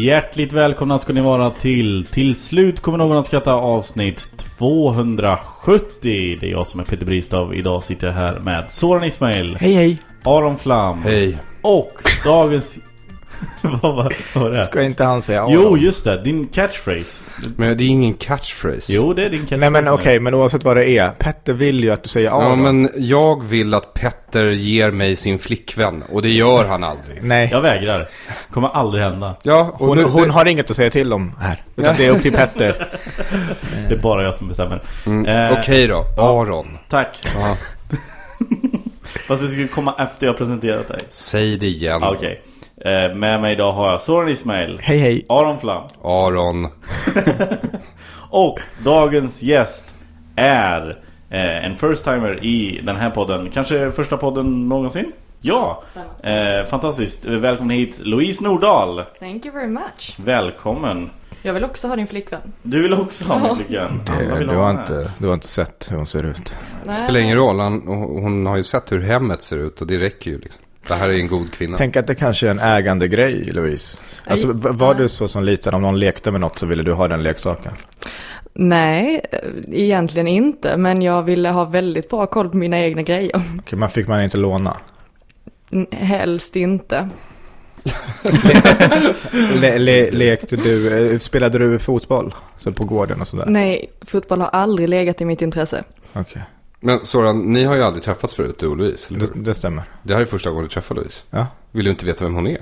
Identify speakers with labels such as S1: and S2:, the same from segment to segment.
S1: Hjärtligt välkomna ska ni vara till Till slut kommer någon att skratta avsnitt 270 Det är jag som är Peter Bristav Idag sitter jag här med Soran Ismail
S2: Hej hej!
S1: Aron Flam
S3: Hej.
S1: Och dagens... vad, var, vad var det?
S2: Ska inte han säga Aron?
S1: Jo just det, din catchphrase
S3: Men det är ingen catchphrase.
S1: Jo det är din catchphrase
S2: Nej men
S1: nu.
S2: okej, men oavsett vad det är. Petter vill ju att du säger Aron.
S3: Ja, men jag vill att Petter ger mig sin flickvän och det gör han aldrig.
S2: Nej,
S1: Jag vägrar Kommer aldrig hända
S3: Ja, och
S2: hon,
S3: nu,
S2: hon har inget att säga till om här. Utan det är upp till Petter.
S1: Det är bara jag som bestämmer
S3: Mm,
S1: Eh,
S3: Okej då, Aron.
S1: Tack
S3: Ja.
S1: Fast det skulle komma efter jag presenterat dig
S3: Säg det igen.
S1: Ah, Okej eh, Med mig idag har jag Soran Ismail
S2: hej hej!
S1: Aron Flam
S3: Aron.
S1: Och dagens gäst är eh, en first timer i den här podden. Kanske första podden någonsin? Ja! Eh, fantastiskt. Välkommen hit Louise Nordahl.
S4: Thank you very much.
S1: Välkommen.
S4: Jag vill också ha din flickvän.
S1: Du vill också ha min flickvän. Alla
S2: Du,
S1: vill
S2: Eh, du,
S1: ha
S2: har
S1: henne.
S2: inte, du har inte sett hur hon ser ut.
S4: Nej.
S3: Spelar ingen roll, han, hon har ju sett hur hemmet ser ut och det räcker ju liksom. Det här är en god kvinna.
S2: Tänk att det kanske är en ägande grej, Louise. Alltså, v- var du så som liten, om någon lekte med något så ville du ha den leksaken?
S4: Nej, eh, egentligen inte. Men jag ville ha väldigt bra koll på mina egna grejer.
S2: Okej, Man fick man inte låna.
S4: N- Helst inte.
S2: Le, le, lekte du, eh, spelade du fotboll? Så på gården och sådär?
S4: Nej, fotboll har aldrig legat i mitt intresse.
S2: Okej,
S3: Men Soran, ni har ju aldrig träffats förut, du och Louise. Eller? hur?
S2: det, det stämmer.
S3: Det här är första gången du träffar Louise.
S2: Ja.
S3: Vill du inte veta vem hon är?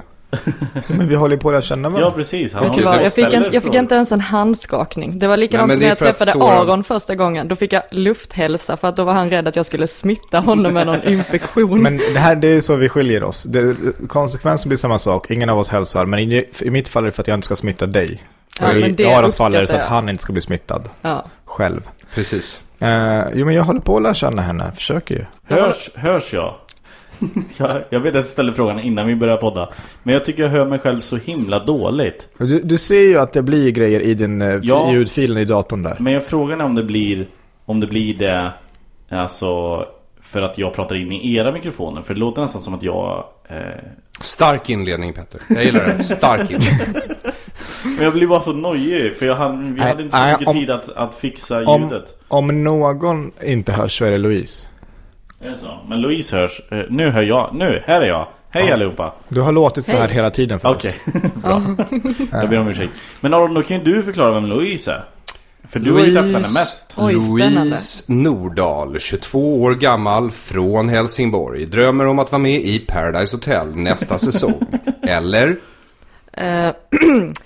S2: Men vi håller ju på att lära känna
S1: Ja
S2: varandra.
S1: precis. Han
S4: Vet du
S1: håller på
S4: vad?
S1: och
S4: Jag fick, en,
S1: ställer
S4: jag fick
S1: frågor.
S4: inte ens en handskakning. Det var likadant
S3: Nej, men
S4: som
S3: det
S4: när
S3: är
S4: jag
S3: för att
S4: träffade
S3: Soran-
S4: Aron första gången. Då fick jag lufthälsa för att då var han rädd att jag skulle smitta honom med någon infektion.
S2: Men det här, det är så vi skiljer oss. Det, konsekvensen blir samma sak. Ingen av oss hälsar. Men i, i mitt fall är det för att jag inte ska smitta dig.
S4: Ja,
S2: Och i
S4: men det
S2: Arons fall är det så
S4: uppskattar
S2: att
S4: jag.
S2: han inte ska bli smittad
S4: ja.
S2: själv.
S3: Precis.
S2: Eh, jo, men jag håller på att lära känna henne. Försöker ju.
S1: Hörs, hörs jag? jag? Jag vet att jag ställde frågan innan vi började podda. Men jag tycker jag hör mig själv så himla dåligt.
S2: Du, du ser ju att det blir grejer i din eh,
S1: Ja.
S2: ljudfilen i datorn där.
S1: Men jag frågar om det blir Om det blir det Alltså För att jag pratar in i era mikrofoner För det låter nästan som att jag eh...
S3: Stark inledning Petter. Jag gillar det. Stark inledning.
S1: Men jag blir bara så nojig För jag hann, vi
S2: Nej,
S1: hade inte så
S2: nej,
S1: mycket
S2: om-
S1: tid att, att fixa
S2: Om,
S1: ljudet
S2: om någon inte hörs så är det Louise.
S1: Är det så? Men Louise hörs eh, Nu hör jag, nu, här är jag Hej allihopa!
S2: Du har låtit så här
S4: Hej.
S2: hela tiden för
S1: Okej,
S2: oss.
S1: bra Jag ber om ursäkt Men Aron, då kan ju du förklara vem Louise är För du har ju träffat henne mest
S4: Oj, spännande.
S3: Louise Nordahl, 22 år gammal, från Helsingborg. Drömmer om att vara med i Paradise Hotel nästa säsong. Eller?
S4: Eh,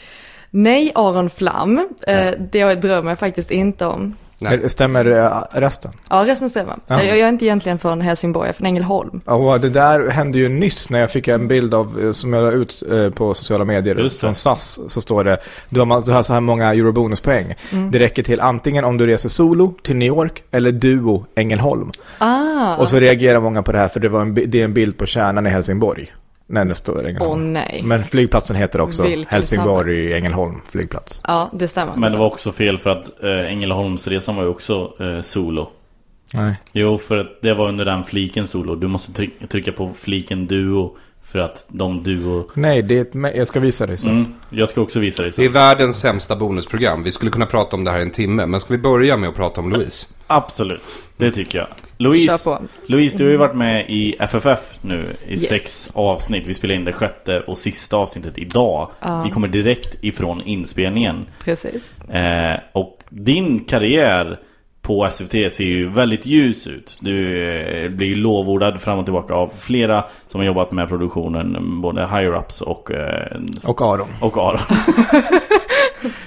S4: nej, Aron Flam. Eh, det drömmer jag faktiskt inte om.
S3: Nej.
S2: Stämmer eh, resten?
S4: Ja, resten stämmer.
S2: Ja.
S4: Jag jag är inte egentligen från Helsingborg, jag är från Ängelholm.
S2: Ja, det där hände ju nyss när jag fick
S4: Mm.
S2: en bild av, eh, som jag la ut eh, på sociala medier
S1: Just det.
S2: från SAS. Så står det, du har, ma- du har så här många eurobonuspoäng.
S4: Mm.
S2: Det räcker till antingen om du reser solo till New York eller duo Ängelholm.
S4: Ah,
S2: Och så reagerar många på det här för det, var en, bi- det är en bild på kärnan i Helsingborg. När det står
S4: åh
S2: Ängelholm.
S4: nej.
S2: Men flygplatsen heter också
S4: Vilken
S2: Helsingborg Ängelholm flygplats.
S4: Ja, det stämmer.
S1: Men det var också fel för att eh, Ängelholmsresan var ju också eh, solo
S2: Nej.
S1: Jo, för att det var under den fliken solo. Du måste try- trycka på fliken duo För att de duo...
S2: Nej, det är ett, me- jag ska visa dig sen.
S1: Mm, jag ska också visa dig
S3: Det är
S1: sen.
S3: världens sämsta bonusprogram. Vi skulle kunna prata om det här i en timme, men ska vi börja med att prata om Louise?
S1: Absolut, det tycker jag. Louise,
S4: Kör på.
S1: Louise, du har ju varit med i FFF nu i
S4: Yes.
S1: sex avsnitt. Vi spelar in det sjätte och sista avsnittet idag. Vi kommer direkt ifrån inspelningen.
S4: Precis.
S1: Eh, och din karriär på SVT ser ju väldigt ljus ut. Du eh, blir ju lovordad fram och tillbaka av flera som har jobbat med produktionen, både higher-ups och, eh,
S2: Och Aron.
S1: och Aron.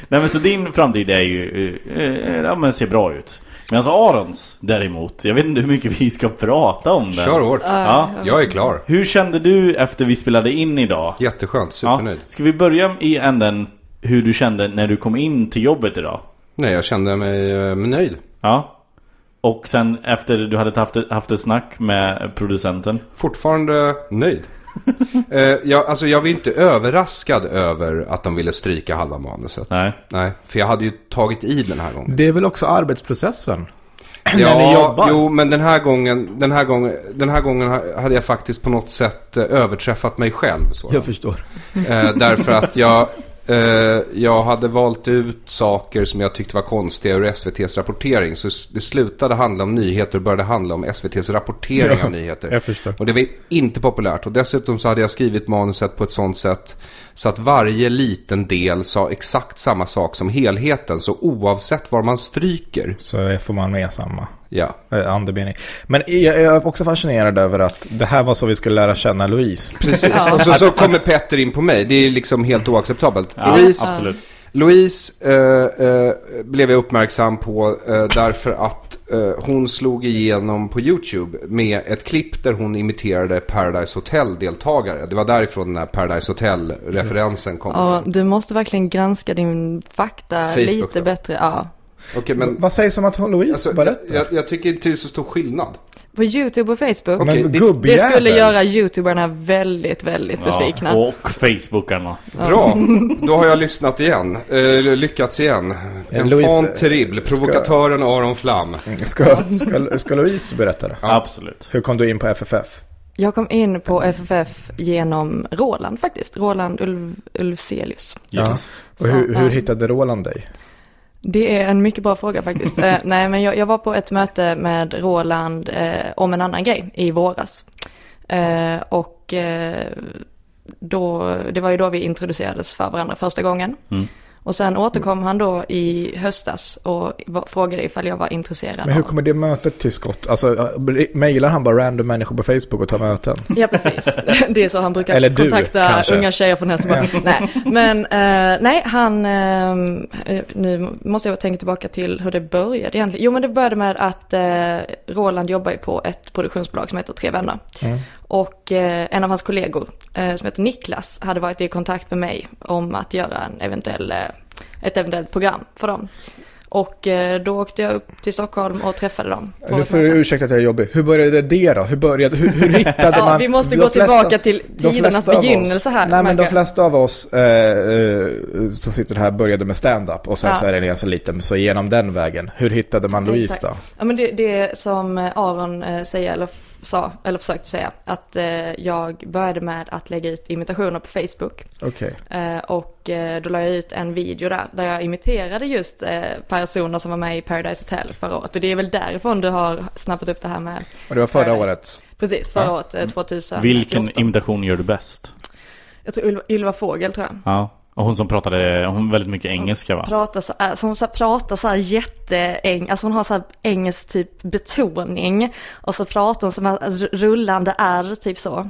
S1: Nej men så din framtid är ju, eh, eh, ja men ser bra ut. Medan Arons däremot, jag vet inte hur mycket vi ska prata om den.
S3: Kör hårt.
S1: Ja.
S3: Jag är klar.
S1: Hur kände du efter vi spelade in idag?
S3: Jätteskönt, supernöjd.
S1: Ska vi börja i änden hur du kände när du kom in till jobbet idag?
S3: Nej, jag kände mig eh, nöjd.
S1: Ja. Och sen efter du hade haft, haft ett snack med producenten.
S3: Fortfarande nöjd. eh, jag, alltså jag var ju inte överraskad över att de ville stryka halva manuset.
S1: Nej.
S3: Nej, för jag hade ju tagit i den här gången.
S2: Det är väl också arbetsprocessen? när ni jobbar.
S3: Jo, men den här gången, den här gången, den här gången ha- hade jag faktiskt på något sätt eh, överträffat mig själv. Så.
S2: Jag förstår.
S3: Eh, därför att jag, eh, jag hade valt ut saker som jag tyckte var konstiga ur SVTs rapportering. Så s- det slutade handla om nyheter och började handla om SVTs rapportering
S2: Ja,
S3: av nyheter.
S2: jag förstår.
S3: Och det var inte populärt. Och dessutom så hade jag skrivit manuset på ett sånt sätt så att varje liten del sa exakt samma sak som helheten. Så oavsett var man stryker.
S2: Så får man med samma
S3: Ja.
S2: eh, andemening. Men jag jag är också fascinerad över att det här var så vi skulle lära känna Louise.
S3: Precis. Och så, så kommer Petter in på mig. Det är liksom helt oacceptabelt. Louise,
S1: absolut.
S3: Louise eh, eh, blev jag uppmärksam på eh, därför att eh, hon slog igenom på YouTube med ett klipp där hon imiterade Paradise Hotel-deltagare. Det var därifrån den här Paradise Hotel-referensen kom
S4: Ja,
S3: ifrån.
S4: du måste verkligen granska din fakta
S3: Facebook
S4: lite
S3: då?
S4: bättre. Ja.
S3: Okej, men
S2: Vad sägs om att hon- Louise
S3: alltså, jag,
S2: berättar?
S3: jag, jag tycker inte det är så stor skillnad.
S4: På YouTube och Facebook.
S3: Okej,
S2: men
S3: det-
S4: Det
S2: gubbjävel.
S4: skulle göra youtuberna väldigt, väldigt besvikna.
S1: Ja, och Facebookarna.
S3: Bra, då har jag lyssnat igen. Eh, lyckats igen.
S2: Louise, eh,
S3: Enfant terrible,
S2: ska-
S3: provokatören Aron Flam.
S2: Mm, Ska, ska, ska Louise berätta det?
S1: Absolut.
S2: Hur kom du in på FFF?
S4: Jag kom in på FFF genom Roland faktiskt. Roland Ulf- Ulfzelius.
S1: Yes.
S2: Och hur,
S4: Så,
S2: hur
S4: eh,
S2: hittade Roland dig?
S4: Det är en mycket bra fråga faktiskt. eh, nej, men jag, jag var på ett möte med Roland eh, om en annan grej i våras. Eh, och eh, då, det var ju då vi introducerades för varandra första gången. Och sen återkom han då i höstas och var- frågade ifall jag var intresserad.
S2: Men hur
S4: av-
S2: kommer det mötet till skott? Alltså, eh, mejlar han bara random människor på Facebook och tar möten?
S4: Ja, precis. Det är så han brukar
S2: Eller du,
S4: kontakta
S2: kanske.
S4: unga tjejer från Helsingborg. Nej, men eh, nej, han, eh, nu måste jag tänka tillbaka till hur det började egentligen. Jo, men det började med att eh, Roland jobbar ju på ett produktionsbolag som heter Tre Vänner.
S2: Mm.
S4: Och eh, en av hans kollegor eh, som heter Niklas hade varit i kontakt med mig om att göra en eventuell, eh, ett eventuellt program för dem. Och eh, då åkte jag upp till Stockholm och träffade dem. på
S2: Nu
S4: ett
S2: får du
S4: möte.
S2: ursäkta att jag är jobbig. Hur började det då? Hur, började, hur, hur hittade
S4: Ja,
S2: man?
S4: vi måste
S2: De
S4: gå tillbaka till
S2: de flesta
S4: tidernas
S2: av oss-
S4: begynnelse här,
S2: Nej, men de
S4: Marcus.
S2: flesta av oss eh, eh, som sitter här började med stand-up och sen
S4: Ja.
S2: så är det ganska liten, så genom den vägen. Hur hittade man Louise då?
S4: Exakt. Ja, men det, det som eh, Aron eh, säger, eller f- sa, eller försökte säga, att eh, jag började med att lägga ut imitationer på Facebook.
S2: Okej.
S4: Eh, och eh, då la jag ut en video där, där jag imiterade just eh, personer som var med i Paradise Hotel förra året. Och det är väl därifrån du har snappat upp det här med...
S2: Och det var förra
S4: Paradise.
S2: året.
S4: Precis, förra året, eh, 2014.
S1: Vilken imitation gör du bäst?
S4: Jag tror Ylva, Ylva Fågel tror jag.
S1: Ja. Och hon som pratade, hon väldigt mycket engelska va?
S4: Pratar så, alltså hon så här, pratar så här jätteeng, alltså hon har så här engelsk typ betoning. Och så pratar hon som här r- rullande R, typ så.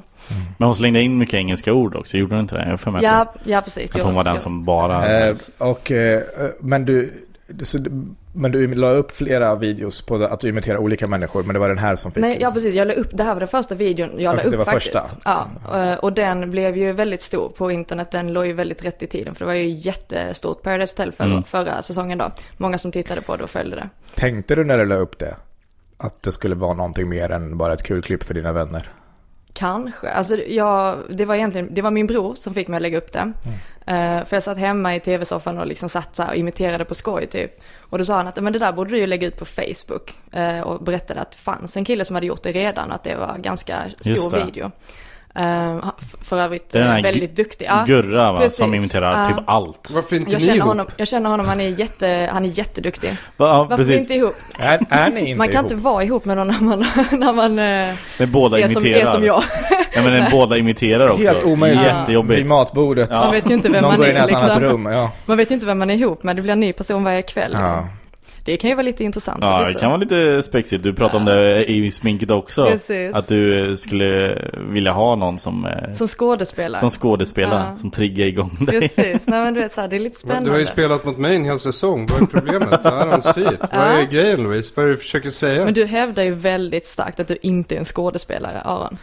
S1: Men hon slängde in mycket engelska ord också, gjorde hon inte det? Jag har för mig att
S4: Ja, ja precis.
S1: hon- att hon var den som bara...
S2: Eh, och, eh, eh, men du... Så, du- men du la upp flera videos på det- att du imiterar olika människor, men det var den här som fick
S4: Nej, ja
S2: liksom.
S4: precis. Jag la upp, det här var den första videon jag la
S2: Okej,
S4: upp
S2: det var
S4: faktiskt.
S2: första.
S4: Ja, eh, och den blev ju väldigt stor på internet. Den låg ju väldigt rätt i tiden. För det var ju jättestort Paradise Hotel för, förra säsongen då. Många som tittade på det och följde det.
S2: Tänkte du när du la upp det? Att det skulle vara någonting mer än bara ett kul klipp för dina vänner?
S4: Kanske. Alltså, jag, det var egentligen, det var min bror som fick mig att lägga upp den. Eh, för jag satt hemma i tv-soffan och liksom satt så här och imiterade på skoj typ. Och då sa han att men det där borde du ju lägga ut på Facebook. Eh, och berättade att det fanns en kille som hade gjort det redan, att det var ganska
S1: Just
S4: stor
S1: det.
S4: video. Eh, för övrigt
S1: Det är den här
S4: eh, väldigt
S1: gu-
S4: duktig. Ja.
S1: Gurra va,
S4: precis.
S1: som imiterar
S4: Ja.
S1: typ allt.
S3: Varför inte
S4: Jag
S3: ni
S4: känner,
S3: ihop?
S4: honom, jag känner honom, han är, jätte, han är jätteduktig.
S1: Ja,
S4: Varför
S1: precis.
S4: inte ihop?
S2: Är, är ni inte
S4: Man kan
S2: ihop?
S4: inte vara ihop med någon när man, när man eh,
S1: När båda
S4: är, som,
S1: imiterar.
S4: är som jag.
S1: Ja, men när båda imiterar också.
S2: Helt omöjligt. Vid
S1: Jättejobbigt.
S2: matbordet.
S4: Man vet ju inte vem
S2: Någon
S4: man
S2: går in i
S4: är
S2: ett annat
S4: liksom.
S2: rum. Ja.
S4: Man vet ju inte vem man är ihop med, det blir en ny person varje kväll. Liksom.
S2: Ja.
S4: Det kan ju vara lite intressant.
S1: Ja,
S4: att
S1: det
S4: visa.
S1: kan vara lite spexigt. Du pratade om det i sminket också.
S4: Precis.
S1: Att du eh, skulle vilja ha någon som, eh,
S4: Som skådespelare.
S1: som skådespelare,
S4: Ja.
S1: som triggar igång dig.
S4: Precis, nej men du vet så här, det är lite
S3: Men
S4: spännande.
S3: Du har ju spelat mot mig en hel säsong. Vad är problemet? Det här är en syt. Vad är grejen Louise? Vad är det du försöker säga?
S4: Men du hävdar ju väldigt starkt att du inte är en skådespelare, Aron.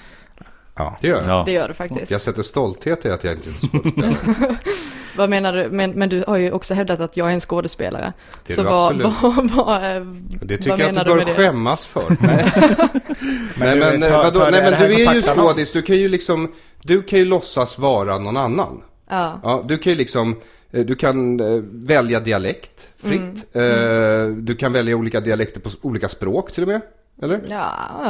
S3: Det gör jag.
S1: Ja.
S4: Det gör du faktiskt.
S3: Jag sätter stolthet i att jag inte är skådespelare.
S4: Vad menar du? Men, men du har ju också hävdat att jag är en skådespelare.
S3: Det är
S4: så
S3: du
S4: vad,
S3: absolut.
S4: vad, vad, eh,
S3: Det
S4: vad
S3: tycker jag
S4: menar
S3: att du bör
S4: med det?
S3: skämmas för. Nej,
S2: Men du,
S3: men,
S2: ta-
S3: eh, vadå?
S2: ta det-
S3: Nej,
S2: det
S3: men
S2: här
S3: du är ju
S2: kontaktannons.
S3: skådis. Du kan ju liksom, du kan ju låtsas vara någon annan.
S4: Ja.
S3: Ja, du kan ju liksom, eh, du kan eh, välja dialekt fritt.
S4: Mm.
S3: Eh, Du kan välja olika dialekter på s- olika språk till och med. Eller?
S4: Ja,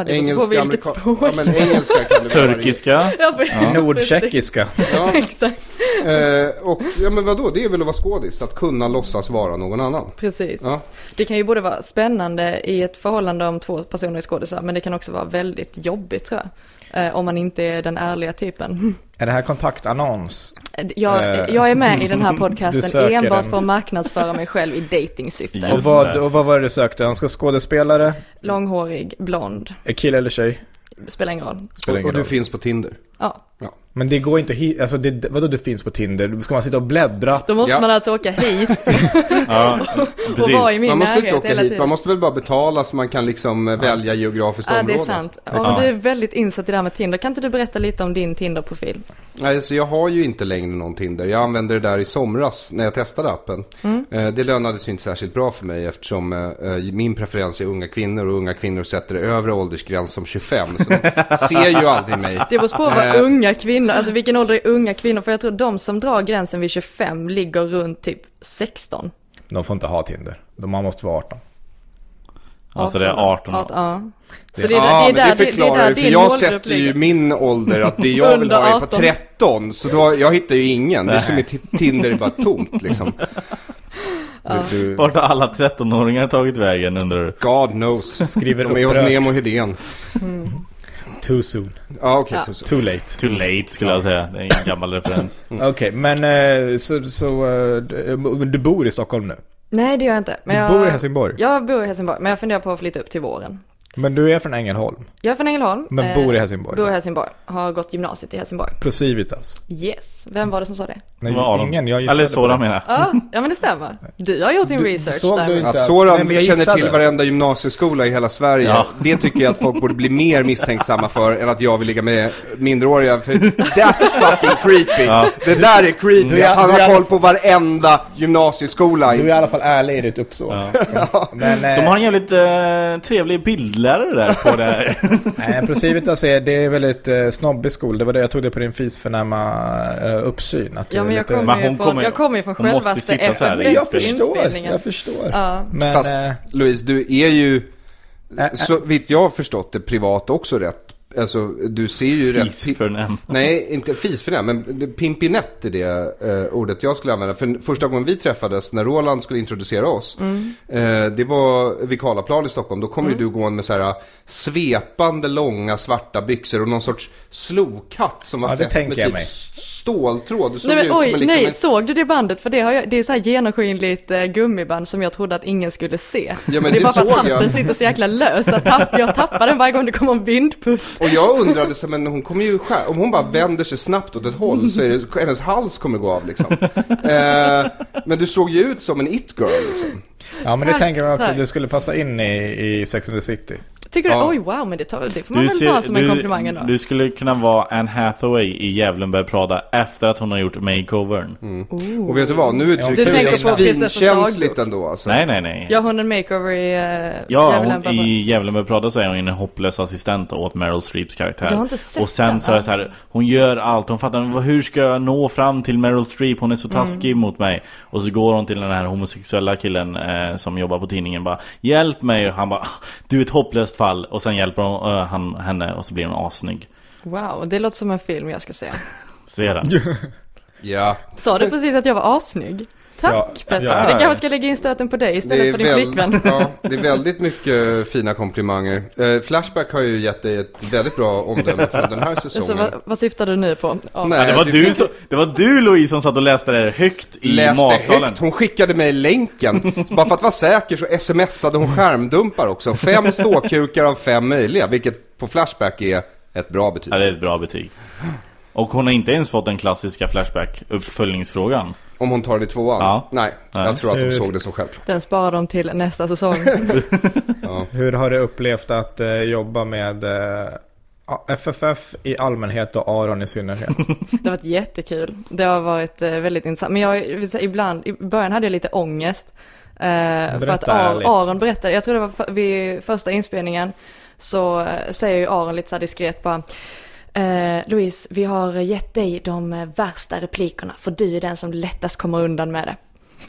S4: det beror på vilket
S3: amerika-
S4: språk.
S3: Ja, men engelska kan du
S1: Turkiska.
S4: Ja, precis.
S2: Nordtjeckiska.
S3: Ja,
S4: Exakt.
S3: eh, och, ja, men vadå? Det är väl att vara skådis? Att kunna låtsas vara någon annan.
S4: Precis.
S3: Ja.
S4: Det kan ju både vara spännande i ett förhållande om två personer är skådisar, men det kan också vara väldigt jobbigt tror jag. Eh, Om man inte är den ärliga typen.
S2: Är det här kontaktannons?
S4: Jag,
S2: Eh,
S4: jag är med i den här
S2: du söker
S4: podcasten enbart
S2: en-
S4: för att marknadsföra mig själv i
S1: Ja.
S4: datingsyfte.
S2: Och
S1: Just
S2: vad,
S1: det.
S2: och vad var det du sökte? Han ska skådespelare,
S4: Långhårig, blond,
S2: är kille eller tjej?
S4: spelar ingen roll.
S2: Spelar
S3: Och,
S2: ingen
S3: och du
S2: roll.
S3: finns på Tinder.
S4: Ja.
S3: Ja.
S2: Men det går inte hit, alltså det, vadå du finns på Tinder? Ska man sitta och bläddra?
S4: Då måste
S3: Ja.
S4: man alltså åka hit
S1: Ja,
S4: och vara i
S1: precis.
S4: min
S3: Man måste
S4: närhet
S3: inte åka
S4: hela
S3: hit, man
S4: tiden.
S3: måste väl bara betala så man kan liksom eh, välja geografiskt
S4: Ja, det
S3: område.
S4: är sant. Ja, men du är väldigt insatt i det här med Tinder. Kan inte du berätta lite om din Tinder-profil?
S3: Nej, så jag har ju inte längre någon Tinder. Jag använde det där i somras när jag testade appen.
S4: Mm.
S3: Eh, Det lönade sig inte särskilt bra för mig eftersom eh, eh, min preferens är unga kvinnor och unga kvinnor sätter övre åldersgräns som 25. Så de ser ju aldrig mig.
S4: Det beror på vad
S3: Eh.
S4: unga kvinnor, alltså vilken ålder är unga kvinnor? För jag tror de som drar gränsen vid 25 ligger runt typ 16.
S2: De får inte ha Tinder. De, man måste vara 18.
S1: Alltså det är 18 år.
S4: ja. Så det är,
S3: Ja,
S4: där- det är
S3: men
S4: där,
S3: det
S4: det är
S3: förklarar
S4: där
S3: ju, för
S4: din
S3: jag
S4: målgrupp
S3: sätter ju
S4: ligger.
S3: min ålder att det jag vill ha är på
S4: Under 18.
S3: 13. Så då, jag hittar ju ingen. Det är som mitt Tinder är bara tomt liksom.
S2: Du, du
S1: Vart har alla 13-åringar tagit vägen undrar du?
S3: God knows.
S2: skriver
S3: De är hos
S2: upprört.
S3: Nemo Hedén.
S2: Too soon.
S3: Ja, okej.
S4: Ja.
S3: tusen.
S2: Too late.
S1: Too late skulle jag säga. Det är en gammal referens.
S2: Mm. Okej, men eh, så, så eh, du- du bor i Stockholm nu?
S4: Nej det gör jag inte. Men
S2: Du
S4: jag,
S2: bor i Helsingborg?
S4: Jag bor i Helsingborg, men jag funderar på att flytta upp till våren.
S2: Men du är från Ängelholm?
S4: Jag är från Ängelholm.
S2: Men
S4: eh,
S2: bor i Helsingborg?
S4: Bor i Helsingborg. Har gått gymnasiet i Helsingborg.
S2: Procivitas?
S4: Yes. Vem var det som sa det?
S2: Nej,
S1: Vad har de?
S2: ingen. Jag gissade
S1: Eller
S2: på
S1: så
S2: det.
S1: de menar jag.
S4: Ja, ja men det stämmer. Du har gjort din
S2: Du- du
S4: research
S2: såg
S4: där.
S2: du-
S3: Att
S2: Inte- Nej,
S3: Soran
S2: men jag
S3: känner till
S2: gissade.
S3: varenda gymnasieskola i hela Sverige.
S1: Ja.
S3: Det tycker jag att folk borde bli mer misstänksamma för än att jag vill ligga med minderåriga. För that's fucking creepy. Det där är creepy.
S2: Du är-
S3: Han
S2: Mm. du är-
S3: har koll på varenda gymnasieskola.
S2: Du är i
S3: i-
S2: alla fall ärlig i ditt uppsåt. Men, eh,
S1: De har en jävligt eh, trevlig bildlärare där på det här.
S2: Nej, Procivitas är, det är väldigt eh, snobbig skola. Det var det jag tog det på din fisförnäma eh, uppsyn. Att
S4: Ja
S2: du
S4: men
S2: är
S4: jag
S2: lite-
S4: kommer,
S1: Men
S4: ju
S1: hon
S4: från,
S1: kommer-
S4: jag kommer ju från
S1: hon måste
S4: självaste
S1: sitta så här i
S2: jag förstår,
S4: FFF-inspelningen.
S2: jag förstår.
S4: Ja.
S2: Men,
S3: Fast
S2: eh,
S3: Louise, du är ju, så vitt jag har förstått det, privat också rätt. Alltså, du ser ju rätt...
S1: Fisförnäm.
S3: Nej, inte fis för det, men det- pimpinett är det eh, ordet jag skulle använda. För första gången vi träffades, när Roland skulle introducera oss,
S2: Mm.
S3: eh, det var vid Karlaplan i Stockholm. Då kom ju du gående med så här eh, svepande långa svarta byxor och någon sorts slokhatt som var
S2: Ja, det
S3: fäst med
S2: tänker jag
S3: typ
S2: mig.
S3: s- ståltråd. Du såg
S4: Nej men
S3: ut som
S4: oj,
S3: en liksom
S4: nej,
S3: en...
S4: såg du det bandet? För det, har jag, det är så här genomskinligt eh, gummiband som jag trodde att ingen skulle se.
S3: men
S4: det
S3: det
S4: är bara för
S3: såg
S4: att
S3: jag.
S4: hatten sitter så jäkla lös, så jag tapp, jag tappar den varje gång det kommer en vindpust.
S3: Och jag undrade, så, men hon kommer ju skär, om hon bara vänder sig snabbt åt ett håll så är det, hennes hals kommer gå av liksom. Eh, men du såg ju ut som en it-girl liksom.
S2: ja, men det
S4: Tack,
S2: tänker man också.
S4: tack.
S2: Det skulle passa in i, i Sex and the City.
S4: Tycker
S3: Ja.
S4: du, oj wow, men det, tar, det får man väl ta som en komplimang ändå.
S1: du skulle kunna vara Anne Hathaway i Djävulen Prada efter att hon har gjort makeovern.
S3: Och vet du vad, nu uttrycker du
S2: Du
S3: dig
S2: tänker på
S3: svinkänsligt
S4: prinsessan
S3: ändå alltså.
S1: Nej, nej, nej.
S4: Jag har en makeover i eh,
S1: Ja,
S4: Djävulen
S1: hon,
S4: Prada.
S1: i Djävulen med Prada så är hon en hopplös assistent åt Meryl Streeps karaktär.
S4: Jag har inte sett
S1: och sen
S4: den,
S1: så är det så här, hon gör allt, hon fattar "Vad- hur ska jag nå fram till Meryl Streep, hon är så taskig
S4: Mm.
S1: mot mig. Och så går hon till den här homosexuella killen eh, som jobbar på tidningen bara Hjälp mig! Och han bara "Ah, Du är ett hopplöst fall! Och sen hjälper hon, eh, han henne och så blir hon assnygg.
S4: Wow, det låter som en film jag ska se.
S1: Se den.
S3: Ja,
S4: Sa du precis att jag var assnygg? Tack
S2: Ja,
S4: Petter,
S2: ja.
S4: så det kanske ska lägga in stöten på dig istället för din
S3: väl-
S4: flickvän.
S3: ja, det är väldigt mycket fina komplimanger. Eh, Flashback har ju gett dig ett väldigt bra omdöme från den här
S4: Så
S3: säsongen.
S4: vad, vad syftar du nu på? Ja.
S3: Nej,
S1: Ja, det, var
S3: det
S1: du
S3: finns-
S1: som, det var du Louise som satt och läste det här högt i
S3: läste
S1: matsalen.
S3: högt. Hon skickade mig länken. Så bara för att vara säker så smsade hon skärmdumpar också. Fem ståkukar av fem möjliga, vilket på Flashback är ett bra betyg.
S1: Ja, det är ett bra betyg. Och hon har inte ens fått den klassiska Flashback-uppföljningsfrågan.
S3: Om hon tar det i tvåan?
S1: Ja.
S3: Nej,
S1: Nej.
S3: jag tror att de
S2: Hur-
S3: såg det som självklart.
S4: Den sparar de till nästa säsong.
S2: Hur har du upplevt att eh, jobba med eh, ja, FFF i allmänhet och Aron i synnerhet?
S4: Det har varit jättekul. Det har varit eh, väldigt intressant. Men jag vill säga, ibland, i början hade jag lite ångest. eh, för
S2: Berätta
S4: att Ar-
S2: ärligt.
S4: Aron berättade, jag tror det var för, vid första inspelningen, så eh, säger ju Aron lite så här diskret bara Eh, Louise, vi har gett dig de eh, värsta replikerna för du är den som lättast kommer undan med det.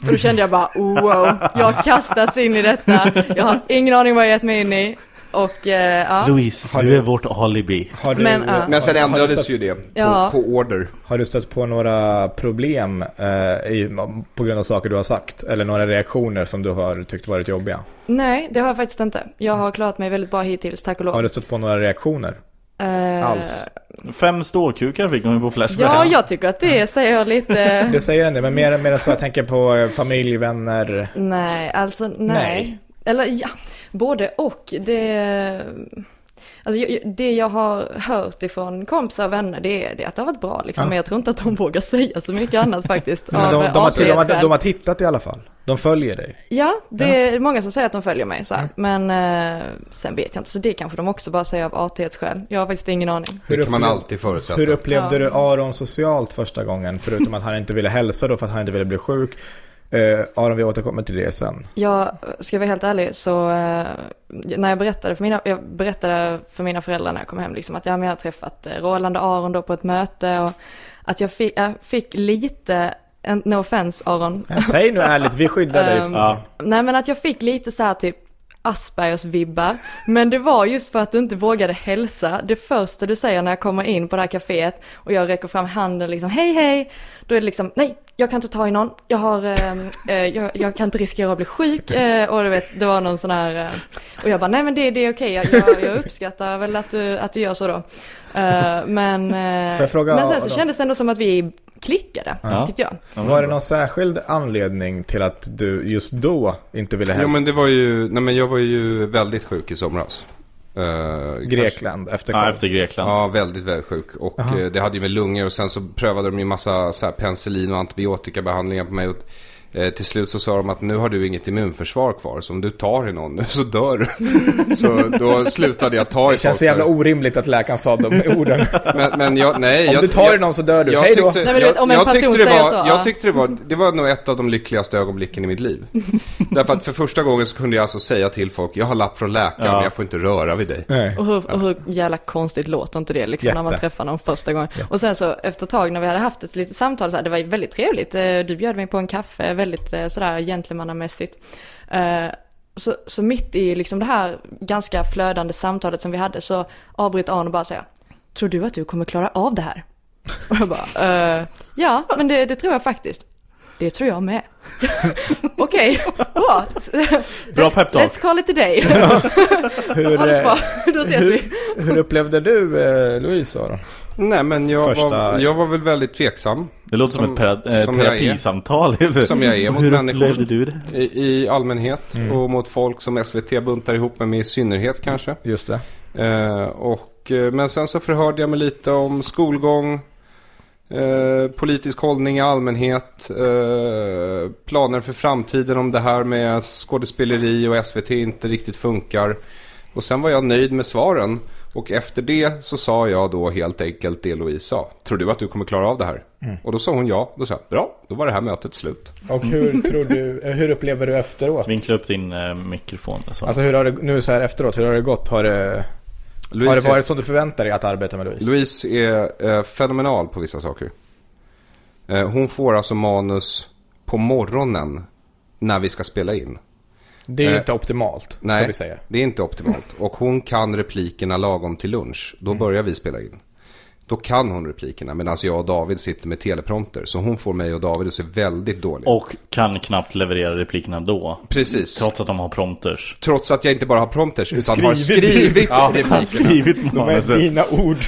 S4: Och då kände jag bara "Oh, wow, jag har kastats in i detta. Jag har ingen aning vad jag gett mig in i. Och eh, ja.
S1: Louise, du är vårt alibi.
S2: Har du,
S4: Men, ja.
S3: Men sen
S2: har, har, du
S3: ändrades
S2: stött,
S3: ju det på,
S4: Ja.
S3: på order.
S2: har du stött på några problem eh, i, på grund av saker du har sagt? Eller några reaktioner som du har tyckt varit jobbiga?
S4: Nej, det har jag faktiskt inte. Jag har klarat mig väldigt bra hittills, tack och lov.
S2: Har du stött på några reaktioner?
S4: Eh,
S2: Alls.
S1: Fem ståkukar fick hon ju på Flashback.
S4: Ja, jag tycker att det säger jag lite...
S2: Det säger en del, men mer, mer än så. Jag tänker på eh, familj, vänner.
S4: Nej, alltså nej.
S2: Nej.
S4: Eller ja, både och. Det, alltså, jag- jag- det jag har hört ifrån kompisar och vänner det är det är att det har varit bra liksom.
S2: Ja.
S4: Men jag tror inte att de vågar säga så mycket annat faktiskt.
S2: Men de, de,
S4: av
S2: har, de, har,
S4: artighetsskäl.
S2: de har tittat i alla fall. De följer dig.
S4: Ja, det är många som säger att de följer mig så här. Men eh, sen vet jag inte. Så det kanske de också bara säger av artighetsskäl. Jag har faktiskt ingen aning.
S2: Hur
S3: Det kan man
S2: upple-
S3: alltid förutsätta.
S2: Hur upplevde
S4: Ja.
S2: du Aron socialt första gången? Förutom att han inte ville hälsa då för att han inte ville bli sjuk. Eh, Aron, vi återkommer till det sen.
S4: Jag ska vara helt ärlig så eh, när jag berättade för mina, jag berättade för mina föräldrar när jag kom hem liksom att ja, men jag har träffat eh, Roland och Aron då på ett möte och att jag fick, jag fick lite, en- no offense Aron,
S2: Säg nu ärligt, vi skyddar dig.
S4: Ehm, nej men att jag fick lite så här typ Aspergers vibbar, men det var just för att du inte vågade hälsa. Det första du säger när jag kommer in på det här kaféet och jag räcker fram handen liksom hej hej, då är det liksom nej, jag kan inte ta i någon, jag har, ehm, eh, jag, jag kan inte riskera att bli sjuk eh, och du vet, det var någon sån här, eh, och jag bara nej men det, det är okej, jag, jag, jag uppskattar väl att du, att du gör så då. Eh, men, eh,
S2: Får jag fråga,
S4: men sen så
S2: Adam?
S4: kändes det ändå som att vi klickade,
S1: Ja.
S4: tyckte jag.
S2: Var det någon särskild anledning till att du just då inte ville hälsa?
S3: Jo men det var ju, nej men jag var ju väldigt sjuk i somras. Eh, kanske-
S2: Grekland efter
S1: Ja,
S2: kaos.
S1: efter Grekland.
S3: Ja, väldigt väldigt sjuk. Och eh, det hade ju med lungor och sen så prövade de ju massa så här, penicillin och antibiotikabehandlingar på mig. Och, eh, till slut så sa de att nu har du inget immunförsvar kvar. Så om du tar i någon nu så dör du. så då slutade jag ta i
S2: Det känns så
S3: folk.
S2: jävla orimligt att läkaren sa de orden.
S3: Men, men jag, nej,
S2: Om
S3: jag,
S2: du tar i någon så dör du.
S3: jag
S2: Hej då.
S3: tyckte-
S4: Nej, men du vet, om en
S3: jag tyckte
S4: person
S3: det
S4: säger
S3: var,
S4: så, ja.
S3: Jag tyckte det var, det var nog ett av de lyckligaste ögonblicken i mitt liv. Därför att för första gången så kunde jag alltså säga till folk, jag har lapp från läkaren, men jag får inte röra vid dig.
S2: Nej.
S4: Och hur, och hur jävla konstigt låter inte det liksom, när man
S2: Jätte.
S4: träffar någon första gången. Och sen så efter ett tag när vi hade haft ett litet samtal så här, det var ju väldigt trevligt. Eh, Du bjöd mig på en kaffe, väldigt eh, sådär gentlemannamässigt. Eh, Så, så mitt i liksom det här ganska flödande samtalet som vi hade så avbryter Arne och bara säger, tror du att du kommer klara av det här? Och jag bara, eh, ja men det, det tror jag faktiskt. Det tror jag med. Okej, bra.
S1: Bra
S4: Let's-
S1: peptalk.
S4: Let's call it a day.
S2: Hur,
S4: Ha det så
S2: eh,
S4: bra, då ses vi.
S2: hur, hur upplevde du eh, Louise Aron?
S3: Nej, men jag,
S2: Första-
S3: var, jag var väl väldigt tveksam.
S1: Det låter som,
S3: Som-
S1: ett tera- eh,
S3: som jag är.
S1: terapisamtal.
S3: Som jag är mot
S1: Hur
S3: människor.
S1: upplevde du det?
S3: I, i allmänhet
S2: Mm.
S3: och mot folk som SVT buntar ihop med mig i synnerhet kanske.
S2: Just det.
S3: Eh, och, eh, men sen så förhörde jag mig lite om skolgång, eh, politisk hållning i allmänhet, eh, planer för framtiden om det här med skådespeleri och SVT inte riktigt funkar. Och sen var jag nöjd med svaren. Och efter det så sa jag då helt enkelt det Louise sa. Tror du att du kommer klara av det här?
S2: Mm.
S3: Och då sa hon ja. Då sa jag bra, då var det här mötet slut.
S2: Och hur, tror du, eh, hur upplever du efteråt?
S1: Vinkla upp din eh, mikrofon. Alltså.
S2: Alltså hur har det, nu så här efteråt, hur har det gått? Har det, har det
S3: Louise,
S2: varit som du förväntar dig att arbeta med Louise?
S3: Louise är eh, fenomenal på vissa saker. Eh, hon får alltså manus på morgonen när vi ska spela in.
S2: Det är ju
S3: Nej.
S2: inte optimalt, ska
S3: Nej,
S2: vi säga. Mm.
S3: det är inte optimalt. Och hon kan replikerna lagom till lunch. Då börjar vi spela in. Då kan hon replikerna medan jag och David sitter med teleprompter. Så hon får mig och David att se väldigt dåligt.
S1: Och kan knappt leverera replikerna då.
S3: Precis.
S1: Trots att de har prompters.
S3: Trots att jag inte bara har prompters utan har
S2: Skrivit.
S3: skrivit
S2: Ja,
S3: replikerna.
S1: Skrivit
S2: De är
S1: manuset.
S2: dina ord.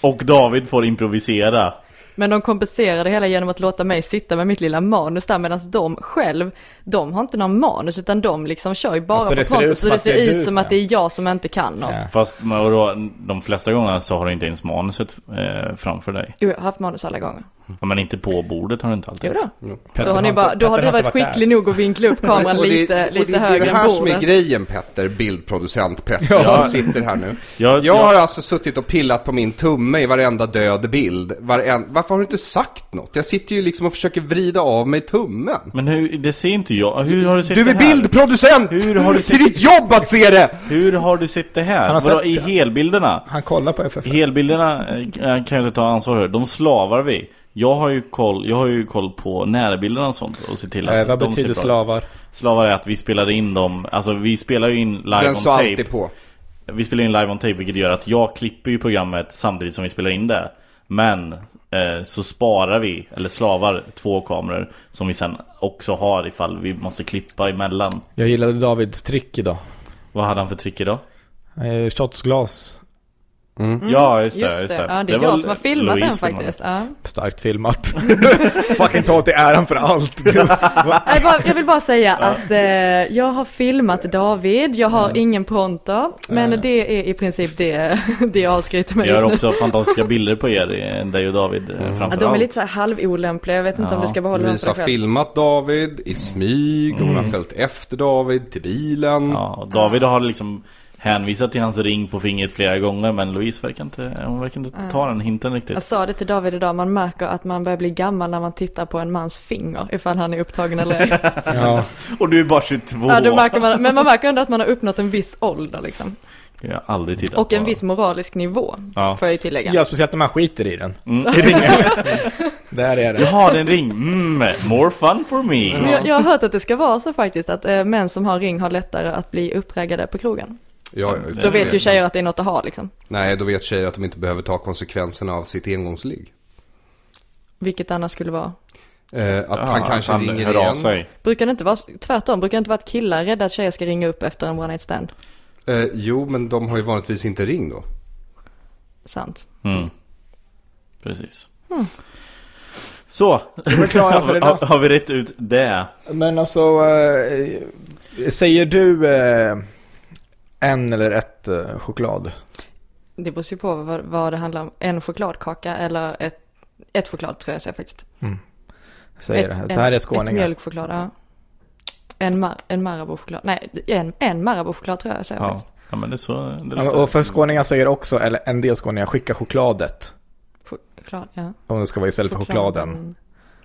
S1: Och David får improvisera.
S4: Men de kompenserar det hela genom att låta mig sitta med mitt lilla manus där medan de själv, de har inte någon manus utan de liksom kör ju bara
S2: Alltså,
S4: på
S2: det ser
S4: kontot
S2: ut som
S4: så det
S2: att det är
S4: ser
S2: du
S4: ut
S2: som
S4: som
S2: är.
S4: att det är jag som inte kan något.
S2: Ja.
S1: Fast men då, de flesta gångerna så har du inte ens manuset eh, framför dig.
S4: Jo, jag har haft manus alla gånger.
S2: Mm.
S1: Ja, Men inte på bordet har du inte alltid.
S4: Jo då.
S3: Mm.
S2: Petter
S4: Då har, ni
S2: inte-
S4: bara, då har du
S2: Petter
S4: varit
S2: inte
S4: skicklig nog att vinkla upp kameran
S3: Och det-
S4: lite,
S3: och det-
S4: lite högre
S3: Det är det här
S4: än
S3: som är
S4: bordet.
S3: grejen Petter, bildproducent Petter, som sitter här nu.
S1: Jag-
S3: Jag,
S1: jag-
S3: har alltså suttit och pillat på min tumme i varenda död bild. Varen, varför har du inte sagt något? Jag sitter ju liksom och försöker vrida av mig tummen.
S1: Men hur, det ser inte jag. Hur har du sett
S3: Du
S1: det
S3: är
S1: här?
S3: bildproducent!
S1: Hur har du
S3: det är ditt jobb att se det!
S1: Hur har du sett det här?
S2: Han har
S1: Vadå,
S2: sett
S1: I
S2: det.
S1: helbilderna?
S2: Han kollar på FF.
S1: Helbilderna eh, kan jag inte ta ansvar för. De slavar vi. Jag har ju koll, jag har ju koll på närbilderna och sånt och se till att
S2: Eh, vad
S1: de ser
S2: betyder
S1: bra ut.
S2: slavar?
S1: Slavar är att vi spelar in dem, alltså vi spelar ju in live
S3: Den
S1: on
S3: står
S1: tape.
S3: alltid på.
S1: Vi spelar in live on tape vilket gör att jag klipper ju programmet samtidigt som vi spelar in det. Men eh, så sparar vi, eller slavar, två kameror som vi sen också har ifall vi måste klippa emellan.
S2: Jag gillade Davids trick idag.
S1: Vad hade han för trick idag?
S2: Eh, shotsglas.
S1: ja, just det.
S4: Mm, Just
S1: just
S4: det. Ja, det är jag som har filmat den
S1: Louise
S4: faktiskt. Ja.
S2: Starkt filmat. Fucking ta åt dig äran för allt.
S4: Jag, bara, jag vill bara säga att eh, jag har filmat David, jag
S2: Mm.
S4: har ingen pronto, men det är i princip det, det jag avskryter med
S1: Jag har
S4: just nu.
S1: också fantastiska bilder på er, eh, dig och David eh,
S4: Ja,
S1: framför
S4: de är
S1: allt.
S4: lite så här halvolämpliga, jag vet inte om du ska behålla dem
S3: Louise
S4: för
S3: har
S4: dig själv.
S3: filmat David i smyg, hon har följt efter David till bilen.
S1: Ja, och David har liksom hänvisat till hans ring på fingret flera gånger men Louise verkar inte, hon verkar
S4: Mm.
S1: inte ta den hinten riktigt.
S4: Jag sa det till David idag, man märker att man börjar bli gammal när man tittar på en mans finger, ifall han är upptagen eller ej.
S2: ja.
S1: Och du är bara 22!
S4: Ja, det märker man, men man märker ändå att man har uppnått en viss ålder liksom.
S1: Jag har aldrig tittat
S4: Och en
S1: på
S4: viss moralisk nivå,
S1: Ja.
S4: får jag ju tillägga.
S2: ja, speciellt när man skiter i den.
S1: Mm.
S2: Där är det.
S1: Jaha, det är en ring! Mm, more fun for
S4: Men
S1: me!
S4: jag, jag har hört att det ska vara så faktiskt, att eh, män som har ring har lättare att bli uppraggade på krogen.
S3: Ja, ja,
S4: Då vet ju tjejer att det är något att ha liksom.
S3: Nej, då vet tjejer att de inte behöver ta konsekvenserna av sitt engångsligg.
S4: Vilket annars skulle vara.
S3: Eh, att han
S1: Ja,
S3: kanske ringer
S1: hör av
S3: igen.
S1: sig.
S4: Brukar det inte vara, tvärtom, brukar det inte vara att killar är rädda att tjejer ska ringa upp efter en one night stand?
S3: Eh, jo, men de har ju vanligtvis inte ring då.
S4: Sant.
S1: Mm. Precis.
S4: Mm.
S1: Så,
S2: är klara för idag.
S1: har, har vi rätt ut det?
S2: Men alltså, eh, säger du eh, en eller ett eh, choklad?
S4: Det beror ju på vad, vad det handlar om. En chokladkaka eller ett, ett choklad tror jag säger faktiskt.
S2: Säger
S4: ett,
S2: det. Så här är
S4: Ett
S2: skåningar.
S4: mjölkchoklad, ja. En, mar, en Marabou-choklad, nej en, en Marabou-choklad tror jag säger
S1: Ja.
S4: faktiskt.
S1: ja, men det är så. Det
S2: Ja,
S1: är
S2: men- Och för skåningar säger också, eller en del skåningar, skicka chokladet.
S4: Choklad, ja.
S2: Om det ska vara istället för chokladen.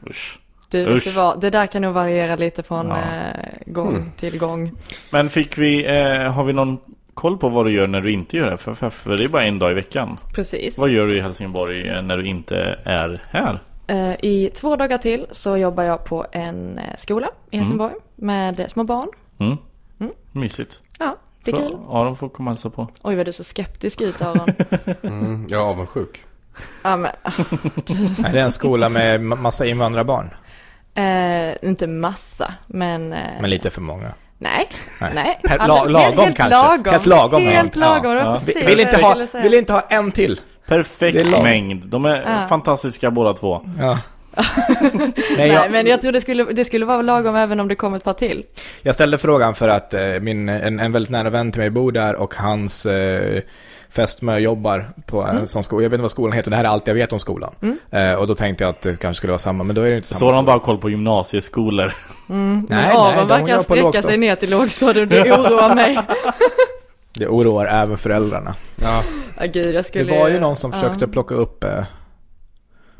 S1: Usch.
S4: Du, vet du
S1: Usch. Hmm.
S4: vad, det där kan nog variera lite från
S1: Ja.
S4: eh, gång till gång.
S1: Men fick vi, eh, har vi någon koll på vad du gör när du inte gör FFF? För det är bara en dag i veckan.
S4: Precis.
S1: Vad gör du i Helsingborg eh, när du inte är här?
S4: Eh, I två dagar till så jobbar jag på en eh, skola i Helsingborg med eh, små barn.
S1: Mm. Mysigt.
S4: Ja, det är
S1: Så
S4: kul.
S1: Aron får komma och hälsa på.
S4: Oj vad du är så skeptisk ut Aron.
S3: Mm, jag är avundsjuk.
S4: ja, men,
S2: Är det en skola med ma- massa invandrarbarn?
S4: eh, inte massa, men... eh,
S2: Men lite för många.
S4: Nej,
S2: Nej.
S4: nej.
S2: Per- la-
S4: Alldeles-
S2: lagom
S4: helt, helt
S2: kanske.
S4: Lagom.
S2: Helt lagom,
S4: Helt
S2: ja.
S4: lagom, det var
S1: Ja.
S4: precis
S2: Vi- Vill
S4: vad
S2: inte
S4: jag
S2: ha,
S4: ville säga.
S2: vill inte ha en till. Det är
S1: Perfekt
S2: långt.
S1: mängd. De är
S4: Ja.
S1: fantastiska båda två.
S2: Ja. Nej,
S4: Nej,
S2: jag,
S4: men jag tror det skulle, det skulle vara lagom även om det kom ett par till.
S2: jag ställde frågan för att eh, min, en, en väldigt nära vän till mig bor där och hans eh, fästmö jobbar på
S4: Mm.
S2: en sån skola. Jag vet inte vad skolan heter, det här är allt jag vet om skolan. Eh, och då tänkte jag att det kanske skulle vara samma, men då är det inte samma
S1: Så har de
S2: skola.
S1: bara koll på gymnasieskolor.
S2: Nej,
S4: Aron
S2: nej, de
S4: verkar
S2: jobbar på
S4: sträcka sig
S2: lågstadiet.
S4: ner till lågstadiet och det oroar mig.
S2: Det oroar även föräldrarna.
S3: Ja,
S4: Ja, gud, jag
S2: Det
S4: skulle
S2: var ju någon som
S4: ja.
S2: försökte plocka upp eh,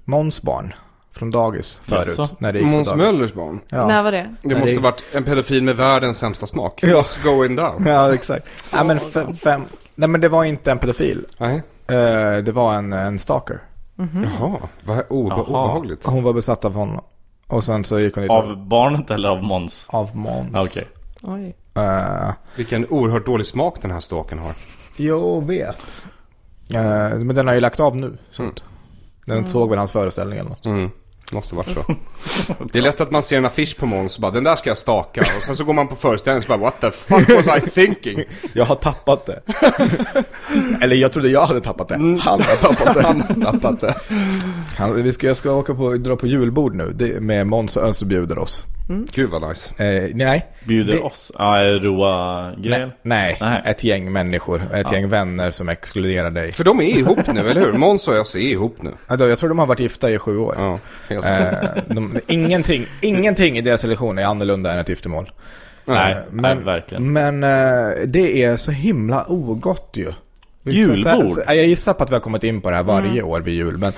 S2: Måns barn från dagis förut.
S1: Jaså?
S2: När det gick på
S3: Måns
S2: dagis.
S3: Möllers barn.
S2: Ja.
S4: När var det?
S3: Det
S2: Nej,
S3: måste
S2: det-
S3: varit en pedofil med världens sämsta smak.
S2: Ja.
S3: It's going down.
S2: Ja, exakt. Nej, men fe- fem... Nej, men det var inte en pedofil.
S3: Nej.
S2: Eh, det var en, en stalker. Mm.
S3: Jaha, vad obe-
S1: Jaha.
S3: obehagligt.
S2: Hon var besatt av honom. Och sen så gick hon dit
S1: Av barnet eller av Måns?
S2: av Måns.
S1: Ja, Okej.
S4: Oj.
S2: Eh,
S3: Vilken oerhört dålig smak den här staken har.
S2: jo, vet. Eh, men den har ju lagt av nu. Så. att- Den
S4: Mm.
S2: såg väl hans föreställning eller något.
S3: Mm. Måste varit så. Det är lätt att man ser en affisch på Måns och bara den där ska jag staka. Och sen så går man på föreställningen och bara what the fuck was I thinking?
S2: Jag har tappat det. eller jag trodde jag hade tappat det. Han har tappat det.
S3: Han har tappat det.
S2: Han, vi ska, jag ska åka på, dra på julbord nu det, med Måns och Öns och bjuder oss.
S3: Gud vad nice.
S2: Eh, nej.
S1: Bjuder
S2: Det-
S1: oss? Ja, roa grejer.
S2: Nej,
S1: Nej.
S2: ett gäng människor, ett gäng vänner som exkluderar dig.
S3: För de är ihop nu, eller hur? Måns och jag är ihop nu.
S2: Ja, då, Jag tror de har varit gifta i sju år.
S3: Ja, helt
S2: Eh, de, ingenting, ingenting i deras relation är annorlunda än ett giftermål.
S1: Nej,
S2: Eh,
S1: nej, verkligen.
S2: Men eh, det är så himla ogott ju. Vi-
S1: Julbord?
S2: Så, så, så, jag gissar på att vi har kommit in på det här varje år vid jul. Men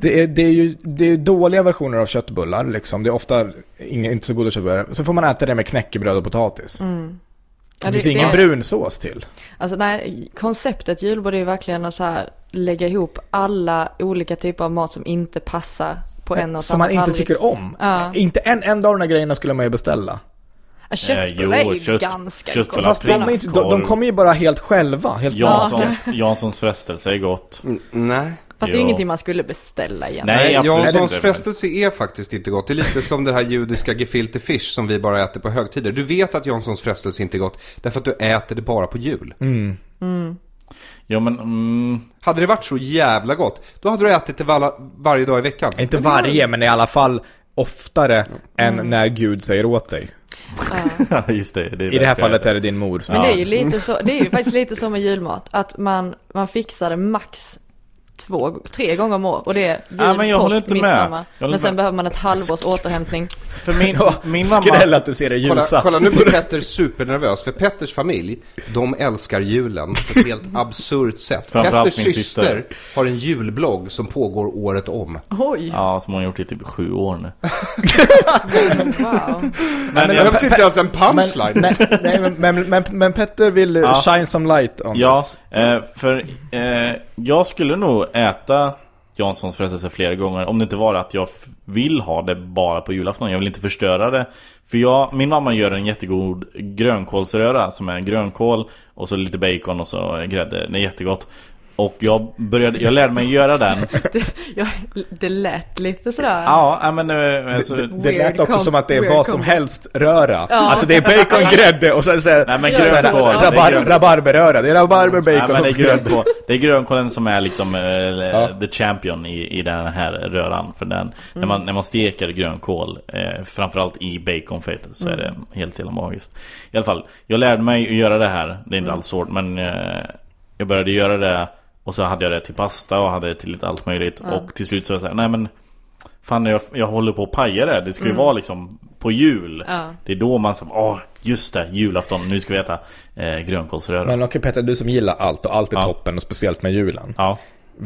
S2: det, är, det är ju det är dåliga versioner av köttbullar. Liksom. Det är ofta inga, inte så goda köttbullar. Så får man äta det med knäckebröd och potatis.
S4: Ja,
S2: det finns ingen brunsås till.
S4: Alltså nej, konceptet julbord är ju verkligen att så här lägga ihop alla olika typer av mat som inte passar på en och
S2: som
S4: samma
S2: man inte
S4: tallrik.
S2: tycker om.
S4: Ja.
S2: Inte en enda av de här grejerna skulle man ju beställa.
S4: Ja, Köttbullar är
S1: Eh,
S4: ju
S1: jo, kött-
S4: ganska
S1: köttbullar.
S4: gott.
S2: Fast de, är inte, de, de kommer ju bara helt själva. Helt
S1: Janssons, Janssons frestelse är gott.
S3: Mm, Nej.
S4: Fast det är ju
S1: Jo.
S4: ingenting man skulle beställa egentligen.
S1: Nej, absolut
S3: Janssons
S1: inte.
S3: frestelse är faktiskt inte gott. Det är lite som det här judiska gefilte fish som vi bara äter på högtider. Du vet att Janssons frestelse inte är gott därför att du äter det bara på jul.
S1: Ja, men... Mm,
S3: Hade det varit så jävla gott, då hade du ätit det valla- varje dag i veckan.
S2: Inte varje, men i alla fall oftare än när Gud säger åt dig.
S1: just det. det är
S2: I det här
S1: verkligen.
S2: fallet är det din mor som
S4: Men det är ju lite så, det är ju faktiskt lite som med julmat. Att man, man fixar det max två, tre gånger om år. Och det är jul,
S1: Ja, men jag
S4: påsk,
S1: håller inte med.
S4: midsommar.
S1: Jag håller
S4: Men sen
S1: med.
S4: behöver man ett halvårs återhämtning.
S1: För min, min
S2: Skräll
S1: mamma...
S2: att du ser det
S3: Kolla,
S2: ljusa.
S3: kolla, nu blir Petter supernervös för Petters familj, de älskar julen på ett helt absurt sätt.
S1: Framförallt
S3: Petters
S1: min syster.
S3: syster har en julblogg som pågår året om.
S4: Oj,
S1: Ja, som hon har gjort i typ sju år nu.
S4: wow.
S1: Men
S3: Det
S1: jag,
S3: behövs inte ens en
S2: Men,
S3: punchline.
S2: nej, nej, men, men, men, men Petter vill eh,
S1: Ja.
S2: shine some light on
S1: ja,
S2: this.
S1: eh, för eh, jag skulle nog äta Janssons frestelse flera gånger om det inte var att jag f- vill ha det bara på julafton. Jag vill inte förstöra det. För jag, min mamma gör en jättegod grönkålsröra som är grönkål och så lite bacon och så grädde. Det är jättegott. Och jag, började, jag lärde mig göra den.
S4: Jag, det lät lite sådär.
S1: Ja, nej, men eh, alltså,
S2: Det lät
S4: Weird
S2: också
S4: com-
S2: som att det är
S4: weird
S2: vad
S4: com-
S2: som helst röra. Alltså det är bacon, grädde och sen såhär...
S1: Nej, men grönkål, det är
S2: rabar,
S1: grönkål.
S2: rabarberröra. Det är rabarber, bacon
S1: Nej, men det, är
S2: och grädde.
S1: grönkål, det är grönkålen som är liksom eh,
S2: Ja.
S1: the champion i, i den här röran. För den, när, man, när man steker grönkål, eh, framförallt i baconfett, så är det helt jävla magiskt. I alla fall, jag lärde mig att göra det här. Det är inte alls svårt, men eh, jag började göra det och så hade jag det till pasta och hade det till lite allt möjligt. Och till slut så var jag så här, nej men Fan jag, jag håller på att paja det. Det ska ju vara liksom på jul.
S4: Ja.
S1: Det är då man som, åh just det, julafton, nu ska vi äta eh, grönkålsröra.
S2: Men okej Petter, du som gillar allt och allt är
S1: Ja.
S2: toppen och speciellt med julen.
S1: ja.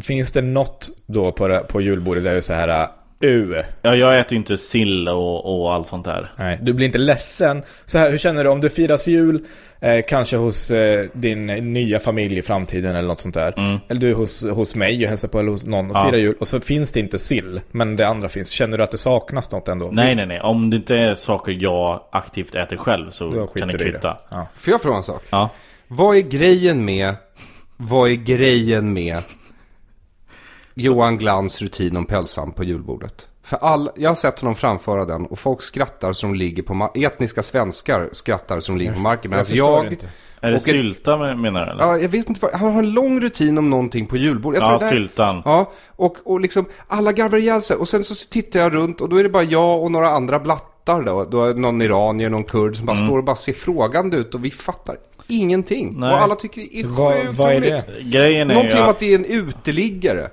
S2: Finns det något då på, det- på julbordet där du så här äh, U.
S1: Ja, jag äter ju inte sill och, och allt sånt där.
S2: Nej, du blir inte ledsen. Så här, hur känner du om du firas jul, eh, kanske hos eh, din nya familj i framtiden eller något sånt där. Eller du är hos, hos mig och hälsar på eller hos någon och
S1: Mm. Ja.
S2: firar jul. Och så finns det inte sill, men det andra finns. Känner du att det saknas något ändå?
S1: Nej, nej, nej. Om det inte är saker jag aktivt äter själv
S2: Då
S1: så
S2: skiter
S1: kan det
S2: du i
S1: kvitta.
S2: Ja.
S3: Får jag fråga en sak?
S1: Ja.
S3: Vad är grejen med, vad är grejen med Johan Glans rutin om pölsan på julbordet? För all, jag har sett honom framföra den och folk skrattar som ligger på ma- etniska svenskar skrattar som ligger på marken.
S2: jag
S3: Medan
S2: förstår
S3: jag,
S2: inte.
S1: Är det
S3: Och ett-
S1: sylta men- menar du? Eller?
S3: ja, jag vet inte vad, han har en lång rutin om någonting på julbordet. Jag
S1: Ja,
S3: tror det där-
S1: syltan.
S3: Ja, och, och liksom alla garvar ihjäl sig. Och sen så tittar jag runt och då är det bara jag och några andra blattar då. Då är det någon iranier, någon kurd som bara
S1: Mm.
S3: står och bara ser frågande ut och vi fattar ingenting.
S1: Nej.
S3: Och alla tycker det är sjukt
S2: Vad, vad är
S3: roligt.
S2: det?
S1: Grejen är
S3: Någonting
S1: ju
S3: om att
S1: att...
S3: det är en uteliggare.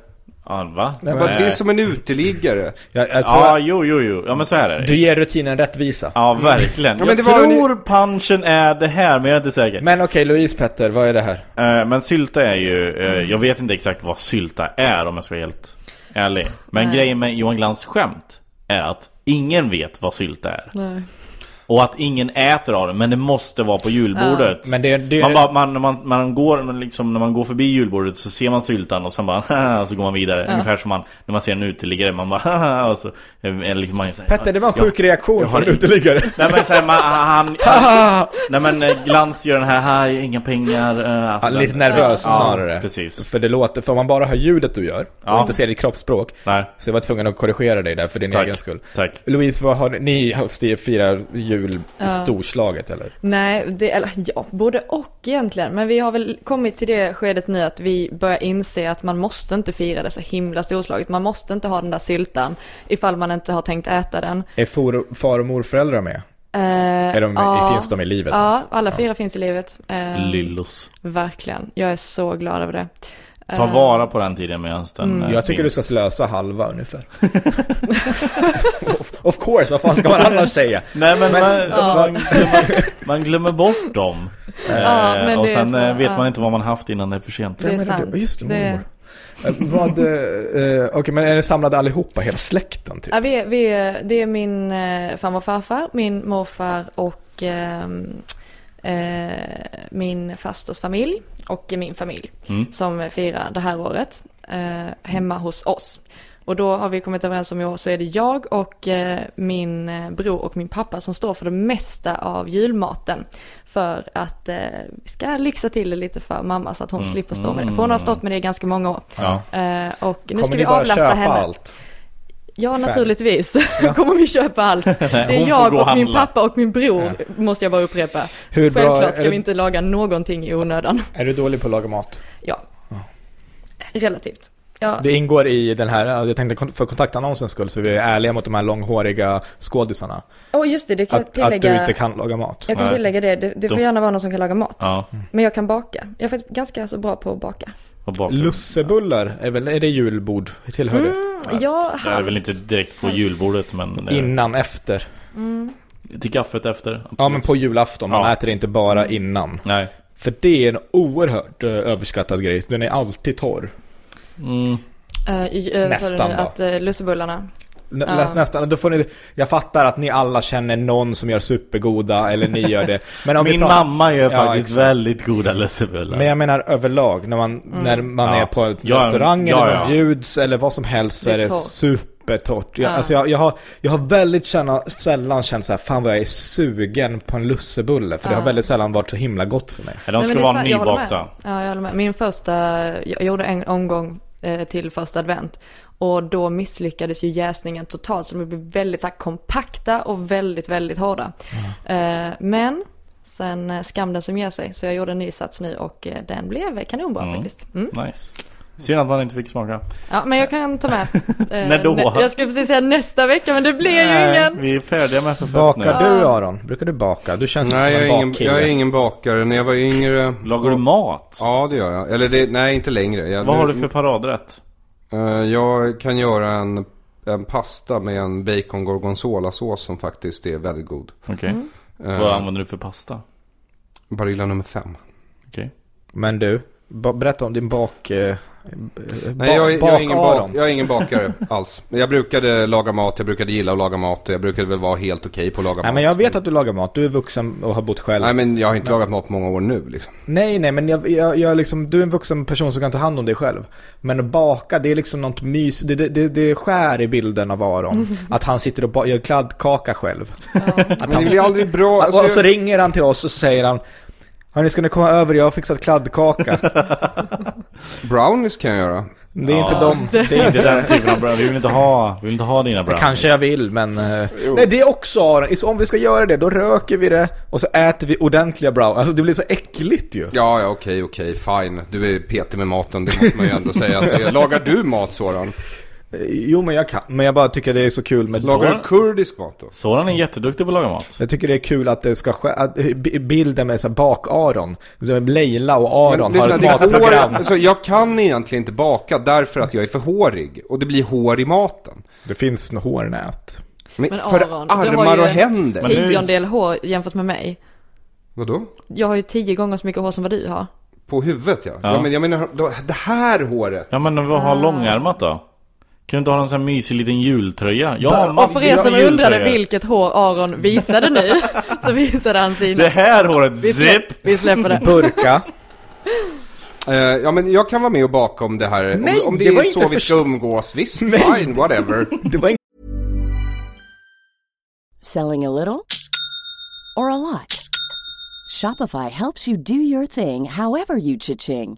S1: Ja, va?
S2: Nej,
S3: Bara, Det är som en uteliggare.
S2: Jag, jag tror
S1: Ja,
S2: att
S1: jo, jo, jo. Ja, men så här är det.
S2: du ger rutinen rättvisa.
S1: Ja, verkligen.
S3: Ja, men
S1: jag
S3: det var ju-
S1: tror punchen är det här, men jag är inte säker.
S2: Men okej, Louise Petter, vad är det här?
S1: Eh, men sylta är ju... eh, jag vet inte exakt vad sylta är om jag ska vara helt ärlig. Men grejen med Johan Glans skämt är att ingen vet vad sylta är.
S4: Nej.
S1: Och att ingen äter av den, men det måste vara på julbordet.
S2: Men det, det,
S1: Man, bara, man, man, man går, man liksom, när man går förbi julbordet så ser man syltan och sen bara "Haha", så går man vidare. Ungefär som man, när man ser en uteliggare, man bara "Haha", och så, eller liksom man, säger,
S2: Petter, det var en sjuk reaktion
S1: jag
S2: från
S1: har
S2: en
S1: inte-
S2: uteliggare.
S1: Nej men såhär, man, han, han, nej men eh, Glans gör den här, här inga pengar. eh, Alltså,
S2: Ja,
S1: den-
S2: lite nervös
S1: Ja,
S2: snarare.
S1: precis.
S2: För det låter, för om man bara hör ljudet du gör och
S1: Ja.
S2: inte ser ditt kroppsspråk.
S1: Nej.
S2: Så jag var tvungen att korrigera dig där för din
S1: Tack.
S2: egen skull.
S1: Tack.
S2: Louise, vad har ni- ni har Steve, firar jul storslaget eller?
S4: Nej, det, eller ja, både och egentligen. Men vi har väl kommit till det skedet nu att vi börjar inse att man måste inte fira det så himla storslaget. Man måste inte ha den där syltan ifall man inte har tänkt äta den.
S2: Är for, far och morföräldrar med?
S4: Eh,
S2: Är de,
S4: ja.
S2: Finns de i livet? alltså?
S4: Ja,
S2: ens?
S4: alla fyra finns i livet. Eh,
S1: Lillos.
S4: Verkligen. Jag är så glad över det.
S1: Ta vara på den tiden medan den eh,
S2: Mm. Jag tycker du
S1: finns.
S2: ska slösa halva ungefär. of, of course, vad fan ska man annars säga?
S1: Nej men, man,
S2: Ja.
S1: man, glömmer, man glömmer bort dem. Eh,
S4: men
S1: och
S4: det är
S1: sen
S4: så,
S1: eh, vet
S4: ja.
S1: man inte vad man haft innan det är för sent.
S4: Eh, Det är
S2: Vem det?
S4: sant.
S2: Ja, Just det,
S4: Det-
S2: mormor. Eh, Vad, eh, eh, okej men är ni samlade allihopa, hela släkten typ?
S4: Ja, vi, är- vi, är- det är min eh, farmor och farfar, min morfar och ehm, eh, min fasters familj och min familj som firar det här året eh, hemma hos oss. Och då har vi kommit överens om i år så är det jag och eh, min eh, bror och min pappa som står för det mesta av julmaten. För att eh, vi ska lyxa till det lite för mamma så att hon slipper stå med det. För hon har stått med det i ganska många år.
S1: Ja.
S4: Eh, och nu ska
S2: Kommer
S4: vi
S2: ni bara
S4: avlasta
S2: köpa
S4: henne.
S2: allt?
S4: Ja,
S2: Färdigt.
S4: naturligtvis kommer vi köpa allt. Det
S1: hon
S4: är
S1: får
S4: jag
S1: gå
S4: och
S1: och
S4: min
S1: handla.
S4: pappa och min bror, måste jag bara upprepa.
S2: Hur bra
S4: Självklart
S2: är
S4: ska
S2: det-
S4: vi inte laga någonting i onödan.
S2: Är du dålig på att laga mat?
S4: Ja, relativt. Ja,
S2: Det ingår i den här, eh, jag tänkte kon- för kontaktannonsens skull så vi är ärliga mot de här långhåriga skådisarna.
S4: och just det, det kan jag
S2: Att, att du
S4: tillägga.
S2: inte kan laga mat.
S4: Jag kan
S1: Nej.
S4: tillägga det, det, det får
S1: Då-
S4: gärna vara någon som kan laga mat.
S1: Ja,
S4: Men jag kan baka. Jag är faktiskt ganska så bra på att baka.
S1: och bakgrund.
S2: Lussebullar, är, väl, är det julbord? Tillhör
S4: Mm.
S2: det?
S4: Ja,
S1: Det här är
S4: halvt.
S1: väl inte direkt på julbordet men eh,
S2: Innan, efter.
S1: till kaffet efter.
S2: Ja
S1: absolut.
S2: men på julafton, man
S1: Ja.
S2: äter inte bara innan.
S1: Nej.
S2: För det är en oerhört eh, överskattad grej, den är alltid torr.
S1: Mm.
S4: Eh, i- eh, vad sa du nu?
S2: Nästan då.
S4: Att eh, lussebullarna.
S2: N- läs Nästan, då får ni, jag fattar att ni alla känner någon som gör supergoda, eller ni gör det. Men om vi
S1: Min
S2: pratar-
S1: mamma gör
S2: Ja,
S1: faktiskt
S2: exakt.
S1: väldigt goda lussebullar.
S2: Men jag menar överlag, när man,
S4: Mm.
S2: när man
S1: Ja.
S2: är på en
S1: Ja,
S2: restaurang
S1: ja,
S2: eller
S1: ja.
S2: man bjuds eller vad som helst så
S4: Det är
S2: är det
S4: torrt.
S2: supertorrt. Jag,
S4: Ja.
S2: alltså jag, jag, har, jag har väldigt känna, sällan känt så här, fan vad jag är sugen på en lussebulle. För det har väldigt sällan varit så himla gott för mig.
S1: De
S4: Nej,
S1: ska
S4: men det är
S1: vara
S4: sant, jag håller med.
S1: nybakta.
S4: Ja, jag håller med. Min första, jag gjorde en omgång eh, till första advent. Och då misslyckades ju jäsningen totalt så de blev väldigt så här, kompakta och väldigt, väldigt hårda.
S1: Mm.
S4: Eh, Men sen eh, skam den som ger sig. Så jag gjorde en ny sats nu och eh, den blev kanonbra faktiskt. Mm.
S1: Nice. Synd att man inte fick smaka.
S4: Ja, men jag kan ta med. eh,
S1: När då?
S4: nä- Jag skulle precis säga nästa vecka men det blir ju
S1: Nej,
S4: ingen.
S1: vi är färdiga med förfest
S2: Bakar
S1: nu.
S2: du Aron? Brukar du baka? Du känns
S3: Nej,
S2: som
S3: jag
S2: en
S3: är, ingen,
S2: bakkille.
S3: jag är ingen bakare. När jag var yngre...
S1: Lagar du mat?
S3: Ja, det gör jag. Eller det, nej, inte längre. Jag,
S1: Vad har du för paradrätt?
S3: Eh, jag kan göra en, en pasta med en bacon gorgonzola-sås som faktiskt är väldigt god.
S1: Okej.
S3: Eh,
S1: Vad använder du för pasta?
S3: Barilla nummer fem.
S1: Okej.
S2: Men du, ba- berätta om din bak... Eh,
S3: Nej, jag, är- jag, är ingen bak,
S2: Bak-Aron.
S3: jag är ingen bakare alls. Men Jag brukade laga mat, jag brukade gilla att laga mat och jag brukade väl vara helt okej på att laga
S2: Nej
S3: mat.
S2: men jag vet att du lagar mat, du är vuxen och har bott själv.
S3: Nej, men jag har inte lagat mat på många år nu liksom.
S2: Nej, nej, men jag, jag, jag liksom, du är en vuxen person som kan ta hand om dig själv. Men att baka, det är liksom något mys, det, det, det, det skär i bilden av Aron. Att han sitter och ba- gör kladdkaka själv.
S3: Men
S2: Att han, Alltså,
S3: det blir aldrig bra.
S2: och, och så
S3: alltså jag-
S2: ringer han till oss och så säger han Hörni, ska ni komma över? Jag har fixat kladdkaka.
S3: Brownies kan jag göra.
S2: Det är
S1: Ja.
S2: inte dem. Det är
S1: Inte
S2: inte
S1: den typen av bröd. Vi vill inte ha, vi vill inte ha dina bröd.
S2: Kanske jag vill, men... eh, Nej, det är också Aron. I så- Om vi ska göra det, då röker vi det och så äter vi ordentliga brown. Alltså det blir så äckligt ju.
S3: Ja, ja, okej, okej, fine. Du är petig med maten, det måste man ju ändå säga. Att det är. Lagar du mat, Soran?
S2: Jo, men jag kan. Men jag bara tycker det är så kul med...
S3: Lagar
S1: Soran-
S3: du kurdisk mat då?
S1: Soran är jätteduktig på att laga mat.
S2: Jag tycker det är kul att det ska ske, att b- bilden med så här bak-Aron, så Leila och Aron har
S3: lyssna,
S2: ett
S3: det går,
S2: matprogram.
S3: alltså, jag kan egentligen inte baka därför att jag är för hårig. Och det blir hår i maten.
S2: Det finns en hårnät.
S3: Men,
S4: Men
S3: för
S4: Aron, du har
S3: armar
S4: ju
S3: och
S4: en
S3: händer.
S1: Men nu-
S4: Tiondel hår jämfört med mig.
S3: Vadå?
S4: Jag har ju tio gånger så mycket hår som vad du har.
S3: På huvudet ja. ja. men jag menar, då- det här håret.
S2: Ah.
S1: Ja men vad har långärmat då? Kan du inte ha någon sån här mysig liten jultröja? Jag har
S4: Och för er som
S1: jultröjor.
S4: undrade vilket hår Aron visade nu, så visade han sina.
S1: Det här håret,
S4: Vi,
S1: zip!
S4: släpp, vi släpper det.
S2: Burka.
S3: Eh, ja, men jag kan vara med och baka om det här.
S2: Nej,
S3: om, om det,
S2: det var
S3: är så
S2: inte
S3: vi ska umgås, visst,
S2: Nej.
S3: fine, whatever.
S2: Det var
S5: Selling a little or a lot? Shopify helps you do your thing however you cha-ching.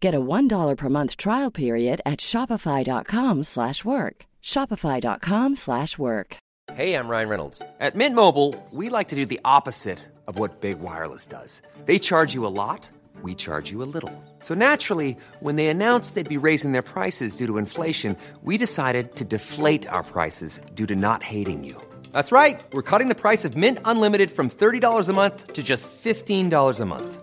S5: Get a $1 per month trial period at shopify.com/work. slash work. shopify.com/work. slash work.
S6: Hey, I'm Ryan Reynolds. At Mint Mobile, we like to do the opposite of what Big Wireless does. They charge you a lot, we charge you a little. So naturally, when they announced they'd be raising their prices due to inflation, we decided to deflate our prices due to not hating you. That's right. We're cutting the price of Mint Unlimited from $30 a month to just $15 a month.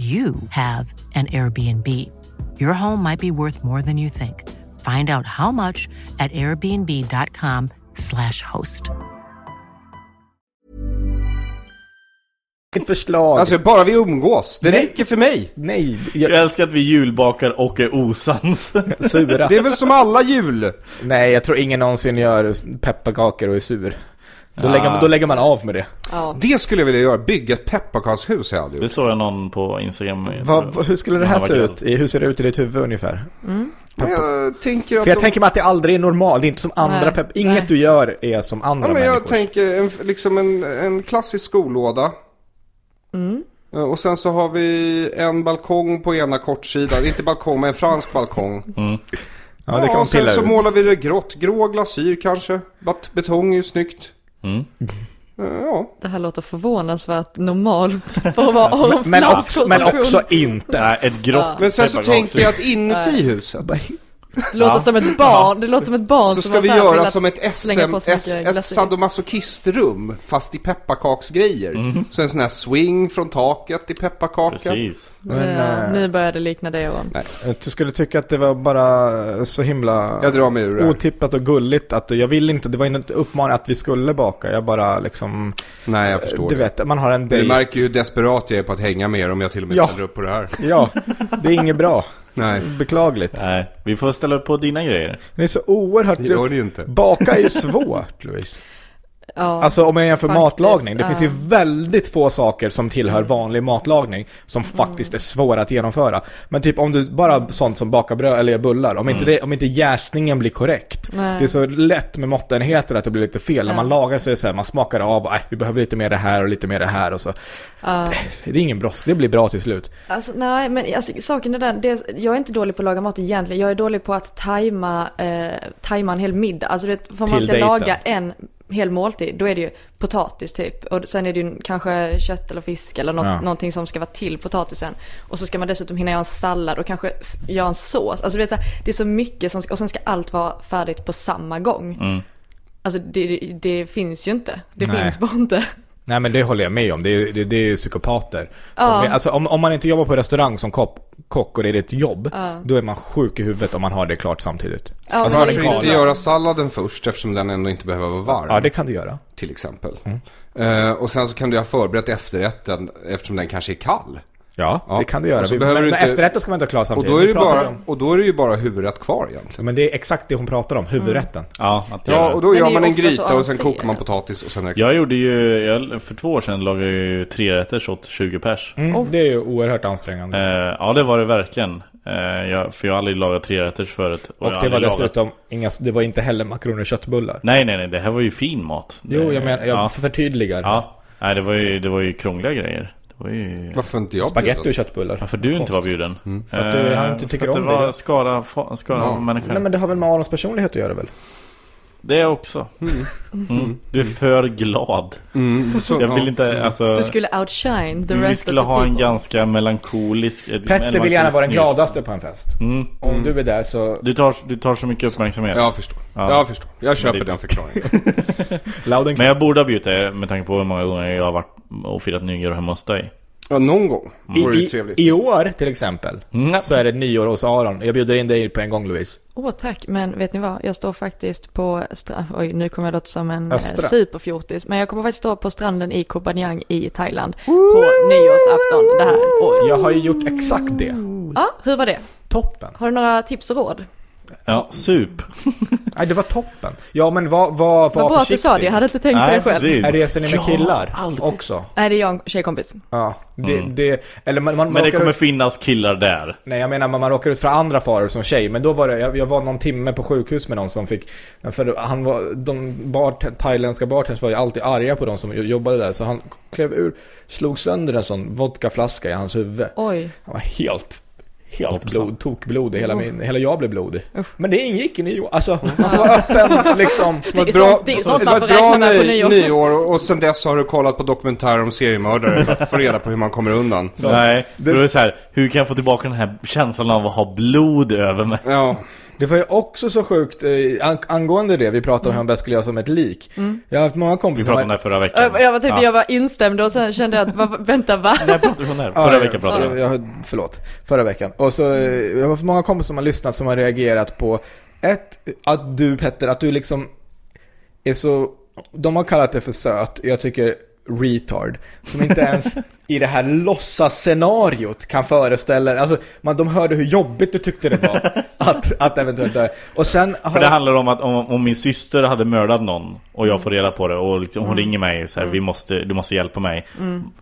S7: you have an Airbnb. Your home might be worth more than you think. Find out how much at airbnb.com/slash host.
S2: inget förslag.
S3: Alltså, bara vi umgås. Det
S2: Nej.
S3: räcker för mig.
S2: nej,
S1: Jag
S2: jag,
S1: älskar att vi julbakar och är osams.
S2: sura.
S3: Det är väl som alla jul.
S2: Nej, jag tror ingen någonsin gör pepparkakor och är sur. Då, lägger man, då lägger man av med det.
S3: Det skulle jag vilja göra. Bygga ett pepparkakshus har jag aldrig
S1: Det
S3: gjort.
S1: såg jag någon på Instagram. Jag
S2: Va,
S1: tror-
S2: va, hur skulle det
S1: när
S2: här
S1: han
S2: se
S1: var
S2: ut? I- Hur ser det ut i ditt huvud ungefär?
S3: Men jag tänker att...
S2: För jag
S3: de-
S2: tänker mig att det aldrig är normalt, det är inte som andra
S4: Nej,
S2: pepp... Inget
S4: nej.
S2: du gör är som andra
S3: Ja, men jag
S2: människors.
S3: tänker en, f- liksom en, en klassisk skolåda.
S2: Mm.
S3: Eh, Och sen så har vi en balkong på ena kortsidan. Inte balkong, men en fransk balkong.
S2: Mm. Ja, det kan man
S3: och sen
S2: pilla
S3: så
S2: ut.
S3: målar vi det grått. Grå glasyr kanske. Bat- Betong är ju snyggt. Eh, Ja,
S4: Det här låter förvånansvärt normalt för att vara Aron
S2: Men
S4: Flams
S2: också, men
S4: konstruktion.
S2: också inte.
S1: Nej, ett grått
S3: men sen så
S1: pepparkakshus.
S3: tänker jag att inuti huset
S4: Låter som ett barn, det låter som ett barn
S3: så
S4: som
S3: ska
S4: har
S3: vi
S4: så här
S3: göra
S4: velat
S3: som ett
S4: slänga
S3: SM,
S4: på så mycket
S3: S, ett
S4: glasyr.
S3: sadomasochistrum fast i pepparkaksgrejer.
S2: Mm.
S3: Så en sån här swing från taket i pepparkaka.
S1: Precis.
S4: Ja, eh, nu börjar det likna det Aron.
S2: Jag skulle tycka att det var bara så himla
S3: Jag drar mig ur det här.
S2: otippat och gulligt att jag vill inte, det var inte uppmaning att vi skulle baka, jag bara liksom...
S3: Nej, jag förstår
S2: Du
S3: det.
S2: vet, man har en
S3: Du
S2: dejt.
S3: märker ju hur desperat jag är på att hänga med er om jag till och med
S2: Ja.
S3: ställer upp på det här.
S2: Ja, det är inget bra.
S3: Nej.
S2: Beklagligt.
S1: Nej, vi får ställa upp på dina grejer.
S2: Det är så oerhört...
S3: Det gör det ju inte.
S2: Baka är ju svårt, Louise.
S4: Ja.
S2: Alltså om jag jämför
S4: Faktiskt,
S2: matlagning, det
S4: ja.
S2: finns ju väldigt få saker som tillhör vanlig matlagning som faktiskt är svåra att genomföra. Men typ om du bara sånt som bakar bröd eller gör bullar, om
S3: Mm.
S2: inte, det, om inte jäsningen blir korrekt.
S4: Nej.
S2: Det är så lätt med måttenheter att det blir lite fel. När man lagar så är det så här, man smakar av, nej vi behöver lite mer det här och lite mer det här och så. Det, det är ingen brådska, det blir bra till slut.
S4: Alltså, nej, men alltså, saken är den, det, är- jag är inte dålig på att laga mat egentligen. Jag är dålig på att tajma, eh, tajma en hel middag. Alltså, du vet, för om man
S2: Till
S4: ska
S2: dejten.
S4: laga en hel måltid, då är det ju potatis typ. Och sen är det ju kanske kött eller fisk eller något,
S2: Ja.
S4: någonting som ska vara till potatisen. Och så ska man dessutom hinna göra en sallad och kanske s- göra en sås. Alltså, du vet, så här, det är så mycket som ska, och sen ska allt vara färdigt på samma gång. Alltså det, det finns ju inte. Det
S2: Nej.
S4: finns bara inte.
S2: Nej men det håller jag med om, det är, det, det är ju psykopater.
S4: Ja.
S2: Som, alltså, om, om man inte jobbar på restaurang som kopp, kock och det är ditt jobb, då är man sjuk i huvudet om man har det klart samtidigt.
S4: Ja,
S2: alltså,
S4: men
S2: man är
S3: Varför
S4: det är
S2: galen.
S3: inte göra salladen först eftersom den ändå inte behöver vara varm?
S2: Ja, det kan du göra.
S3: Till exempel. Eh, och sen så kan du ha förberett efterrätten eftersom den kanske är kall.
S2: Ja, det kan du göra.
S3: Och så
S2: Vi-
S3: behöver
S2: men
S3: du
S2: men
S3: inte-
S2: efterrätten ska man inte ha klar
S3: Och
S2: samtidigt.
S3: då, är
S2: Vi
S3: det
S2: pratar
S3: bara,
S2: om-
S3: och då är det ju bara huvudet kvar egentligen.
S2: Men det är exakt det hon pratar om, huvudrätten.
S1: Ja, att
S3: Ja,
S1: göra.
S3: och då
S4: Men det
S3: gör
S4: är
S3: man en
S4: ofta så
S3: gryta och sen
S4: avancerat.
S3: kokar man potatis och sen är det
S1: Jag gjorde ju, jag, för två år sedan lagade jag ju tre rätter åt 20 pers.
S2: Mm, Det är ju oerhört ansträngande.
S1: Eh, ja, det var det verkligen. Eh, jag, för jag har aldrig lagat tre förut. jag
S2: och
S1: har
S2: det var
S1: aldrig lagat-
S2: dessutom inga, det var inte heller makaroner och köttbullar.
S1: Nej, nej, nej. Det här var ju fin mat.
S2: Jo,
S1: Det-
S2: jag menar, jag
S1: Ja,
S2: förtydligar.
S1: ja. Nej, det var, ju, det var ju krångliga grejer. Det var ju...
S3: Varför inte jag
S2: Spagetti
S3: bjuder?
S2: och köttbullar.
S1: Varför du inte var bjuden?
S2: Mm.
S1: Eh,
S2: För att du- han inte tycker
S1: för att
S2: om
S1: det. Var
S2: det.
S1: skara, fa- skara
S3: Ja.
S1: människor.
S2: Nej men det har väl med Arons personlighet att göra väl?
S1: Det är också. Mm. Du är för glad.
S3: Mm, så,
S1: Jag vill
S3: ja.
S1: inte, alltså...
S4: Du skulle outshine the
S1: Vi
S4: rest
S1: skulle
S4: of the
S1: ha en
S4: people.
S1: ganska melankolisk... ett
S2: Petter vill gärna vara den
S1: melankoliskt-
S2: gladaste på en fest.
S1: Mm.
S2: Om du är där så...
S1: Du tar, du tar så mycket uppmärksamhet.
S3: Jag förstår.
S1: Ja.
S3: Jag förstår. Jag köper
S1: det-
S3: den förklaringen.
S2: Loud and
S1: Men jag borde ha bjudit dig med tanke på hur många gånger jag har varit och firat nyår hemma hos dig.
S3: Ja, någon gång vore det ju
S2: Mm. I,
S3: trevligt.
S2: I år till exempel,
S1: Mm.
S2: så är det nyår hos Aron. Jag bjuder in dig på en gång Louise.
S4: Åh tack, men vet ni vad? Jag står faktiskt på, stra- oj nu kommer jag låta som en eh,
S2: Östra.
S4: superfjortis, men jag kommer faktiskt stå på stranden i Koh Banyang i Thailand på nyårsafton det här året.
S2: Jag har ju gjort exakt det.
S4: Ja, hur var det?
S2: Toppen.
S4: Har du några tips och råd?
S1: Ja, sup.
S2: Nej, det var toppen. Ja, men var, var, var
S4: Vad bra att
S2: försiktig.
S4: du sa det, jag hade inte tänkt på det själv.
S2: Är Reser ni med killar också?
S4: Nej, det är jag och en tjejkompis.
S2: Ja. Det, det, eller man, man,
S1: Mm. Men det
S2: råkar
S1: kommer
S2: ut,
S1: finnas killar där.
S2: Nej, jag menar man, man råkar ut för andra faror som tjej. Men då var det, jag, jag var någon timme på sjukhus med någon som fick... För han var, de bar, thailändska bartenders var ju alltid arga på de som jobbade där. Så han klev ur, slog sönder en sån vodkaflaska i hans huvud.
S4: Oj,
S2: Han var helt, helt blod, tokblodig. Hela, min, hela jag blev blodig. Men det ingick i nyår. Alltså, han var öppen liksom.
S3: Det var
S4: är
S3: ett bra,
S4: sånt- det är
S3: det
S4: sånt man
S3: var
S4: får
S3: ett bra
S4: räkna med på
S3: ny,
S4: nyår.
S3: nyår och och sen dess har du kollat på dokumentärer om seriemördare för att få reda på hur man kommer undan.
S1: Nej, för då är det så här, hur kan jag få tillbaka den här känslan av att ha blod över mig?
S3: Ja,
S2: Det var ju också så sjukt, eh, an- angående det, vi pratade om
S4: Mm.
S2: hur man bäst skulle göra som ett lik. Jag har haft många
S1: Vi
S2: kompisar
S1: pratade om
S2: som-
S1: det här förra veckan.
S4: jag, jag tänkte
S1: Ja.
S4: jag var instämd och sen kände jag att, vad, vänta va?
S1: När pratade vi om det här?
S2: Ja,
S1: Förra
S2: ja,
S1: veckan pratade vi om
S2: jag, jag, Förlåt, förra veckan. Och så, eh, jag har haft många kompisar som har lyssnat som har reagerat på, ett, att du Petter, att du liksom är så, de har kallat det för söt, jag tycker retard. Som inte ens i det här låtsasscenariot kan föreställa, alltså man, de hörde hur jobbigt du tyckte det var att, att eventuellt dö. Och sen har
S1: För det handlar om att om, om min syster hade mördat någon och jag får reda på det och liksom,
S4: Mm.
S1: hon ringer mig och säger vi måste, du måste hjälpa mig.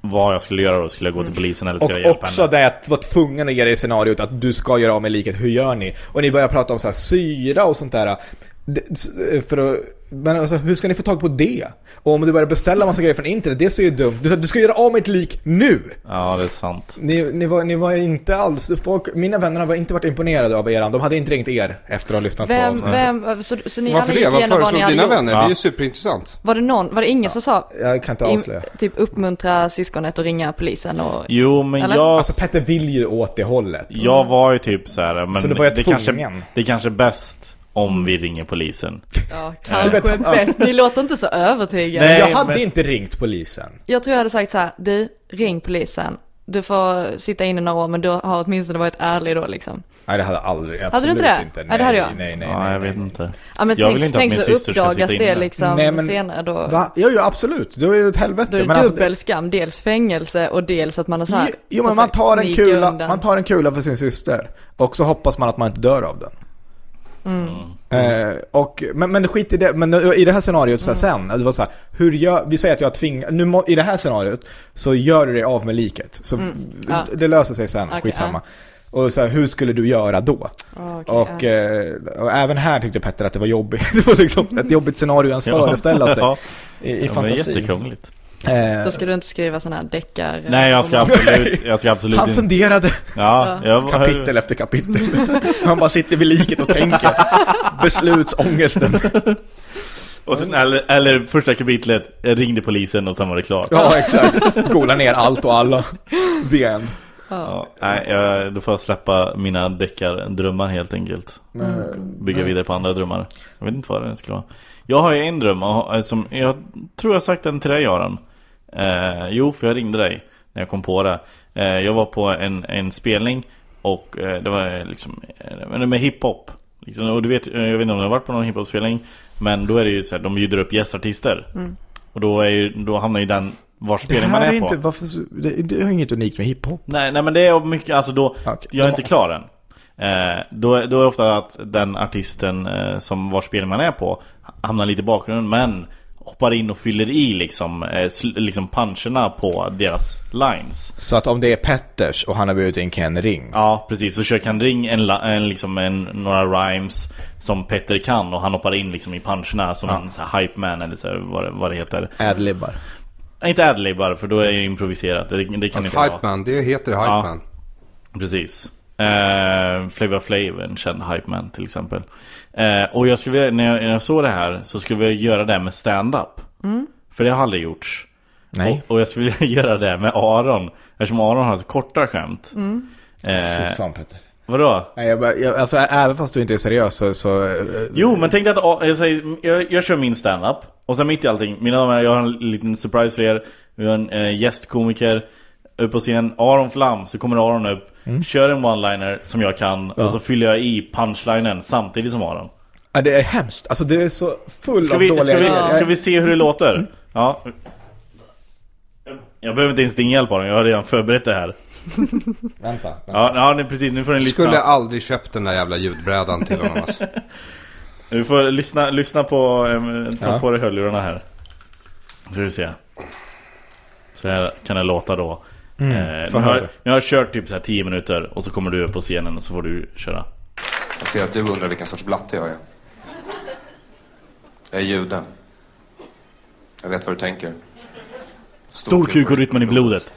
S1: Vad jag skulle göra då? Skulle jag
S4: Mm.
S1: gå till polisen eller skulle jag
S2: Och
S1: hjälpa
S2: också
S1: henne?
S2: det att vara tvungen att ge dig scenariot att du ska göra av med liket, hur gör ni? Och ni börjar prata om så här syra och sånt där. Det- s- eh, För att, men alltså, hur ska ni få tag på det? Och om du börjar beställa massa grejer från internet, det ser ju dumt Du, sa, du ska göra av med ett lik nu!
S1: Ja, det är sant.
S2: Ni, ni, var, ni var ju inte alls, folk, mina vänner har inte varit imponerade av er, de hade inte ringt er efter att ha lyssnat på
S4: Vem,
S2: avsnittet.
S4: vem, så, så ni
S3: varför det?
S4: alla gick
S3: Vad
S4: igenom vad ni
S3: föreslog
S4: hade
S3: dina
S4: gjort?
S3: vänner? Det är
S1: Ja.
S3: ju superintressant.
S4: Var det någon, var det ingen som sa,
S2: Jag kan inte
S4: im-
S2: avslöja.
S4: typ uppmuntra syskonet att ringa polisen och...
S1: Jo, men
S4: Eller?
S1: jag...
S2: Alltså Petter vill ju åt det hållet.
S1: Jag var ju typ så här, men
S2: Mm. Så det var jag
S1: det,
S2: tvungen.
S1: kanske, det är kanske bäst om vi ringer polisen.
S4: Ja, kanske bäst. Ni låter inte så övertygade.
S1: Nej,
S2: jag hade
S1: men-
S2: inte ringt polisen.
S4: Jag tror jag hade sagt så här, du, ring polisen. Du får sitta inne några år, men du har åtminstone varit ärlig då liksom.
S2: Nej det hade jag aldrig, absolut
S4: du inte det?
S2: inte.
S4: Nej, det hade jag.
S2: Nej, nej, nej,
S1: ja, jag
S2: nej.
S1: vet inte.
S4: Ja, men
S1: Jag
S4: tänk,
S1: vill inte att
S4: tänk
S1: min
S4: så
S1: syster ska
S4: uppdagas
S1: sitta
S4: det
S1: inne.
S4: liksom
S2: Nej, men-
S4: senare då.
S2: Va? Ja, ja absolut. Då är det ett helvete.
S4: Då är det
S2: Men alltså,
S4: dubbel skam, dels fängelse och dels att man har så här,
S2: Jo, jo, men man
S4: försökt
S2: tar, en
S4: smyga
S2: kula,
S4: undan.
S2: man tar en kula för sin syster. Och så hoppas man att man inte dör av den.
S4: Mm.
S2: Eh, och, men, men skit i det, men eh, i det här scenariot så här,
S4: Mm.
S2: sen, det var så här, hur gör, vi säger att jag tvingar, nu må, i det här scenariot så gör du dig av med liket. Så
S4: Mm. ja.
S2: det löser sig sen,
S4: Okej,
S2: skitsamma. Och så här, hur skulle du göra då?
S4: Ja, okej,
S2: och, eh, och även här tyckte Petter att det var jobbigt. det var liksom ett jobbigt scenario ens
S1: Ja.
S2: föreställa sig.
S1: Ja.
S2: I, i
S1: Ja, men det är
S2: fantasin.
S1: jättekrångligt.
S2: Eh,
S4: Då ska du inte skriva sådana här deckar.
S1: Nej, jag ska
S4: om-
S1: absolut, jag ska absolut
S2: han
S1: inte...
S2: funderade.
S1: Ja, jag var...
S2: Kapitel efter kapitel. Han bara sitter vid liket och tänker. Beslutsångesten.
S1: Och sen, eller, eller första kapitlet, jag ringde polisen och sen var det klart.
S2: Ja, exakt. Gola ner allt och alla. The end.
S1: Ja, nej, jag, då får jag släppa mina deckardrömmar helt enkelt. Bygga vidare på andra drömmar. Jag vet inte vad det skulle vara. Jag har ju en dröm, och, eh, som, jag tror jag har sagt den till dig Göran. Eh, jo, för jag ringde dig när jag kom på det. Eh, jag var på en, en spelning och eh, det var eh, liksom eh, men det med hiphop. Liksom, och du vet, eh, jag vet inte om du har varit på någon hiphop-spelning Men då är det ju så här, de bjuder upp gästartister. Och då, är ju, då hamnar ju den vart
S2: Det
S1: spelning man
S2: här
S1: är,
S2: är
S1: på.
S2: inte, varför, det, det är inget unikt med hiphop.
S1: Nej, nej men det är mycket, alltså då,
S2: Okej.
S1: jag är inte klar än. Eh, då, då är det ofta att den artisten eh, som vars spel man är på hamnar lite i bakgrunden men hoppar in och fyller i liksom, eh, sl- liksom puncherna på deras lines.
S2: Så att om det är Petters och han har bjudit in Ken Ring.
S1: Ja, precis. Så kör Ken Ring en, la- en, liksom en, några rhymes som Petter kan och han hoppar in liksom i puncherna som en så här hype man eller så här, vad, det- vad det heter.
S2: Adlibbar.
S1: Nej, Inte adlibbar för då är det ju improviserat. Det, det kan inte vara.
S3: Hype man, det heter hype
S1: Ja.
S3: man.
S1: Precis. Eh, Flavor Flav, en känd hype man till exempel. Eh, och jag skulle vilja, när jag, när jag såg det här så skulle jag vilja göra det här med stand-up. För det har aldrig gjorts.
S2: Nej.
S1: Och, och jag skulle vilja göra det med Aron. Eftersom Aron har så korta skämt.
S2: Fy
S1: Eh,
S2: fan Petter.
S1: vadå?
S2: Nej, jag, bara- jag, alltså, ä- även fast du inte är seriös så... så eh,
S1: Jo, men tänk dig att A- jag, säger, jag, jag kör min stand-up och sen mitt i allting, mina damer och herrar, jag har en liten surprise för er. Vi har en eh, gästkomiker upp på scen, Aron Flam, så kommer Aron upp,
S2: Mm.
S1: kör en one-liner som jag kan och så fyller jag i punchlinen samtidigt som Aron.
S2: ja, det är hemskt. Alltså du är så full
S1: Ska
S2: av
S1: vi,
S2: dåliga
S1: ska, vi,
S2: idéer.
S1: ska vi se hur det låter? Ja. Jag behöver inte ens din hjälp Aron, jag har redan förberett det här.
S2: Vänta.
S1: Ja, ja nej, precis, nu får ni lyssna.
S3: Skulle aldrig köpt den där jävla ljudbrädan till honom alltså.
S1: Du får lyssna, lyssna på, ehm, ta
S2: Ja.
S1: på dig hörlurarna här. Så ska vi se. Så här kan det låta då. eh,
S2: får
S1: nu, har,
S2: Mm, höra.
S1: nu har jag kört typ så här 10 minuter och så kommer du upp på scenen och så får du köra.
S8: Jag ser att du undrar vilken sorts blatte jag är. Jag är jude. Jag vet vad du tänker.
S1: Stor kuk och rytmen i blodet.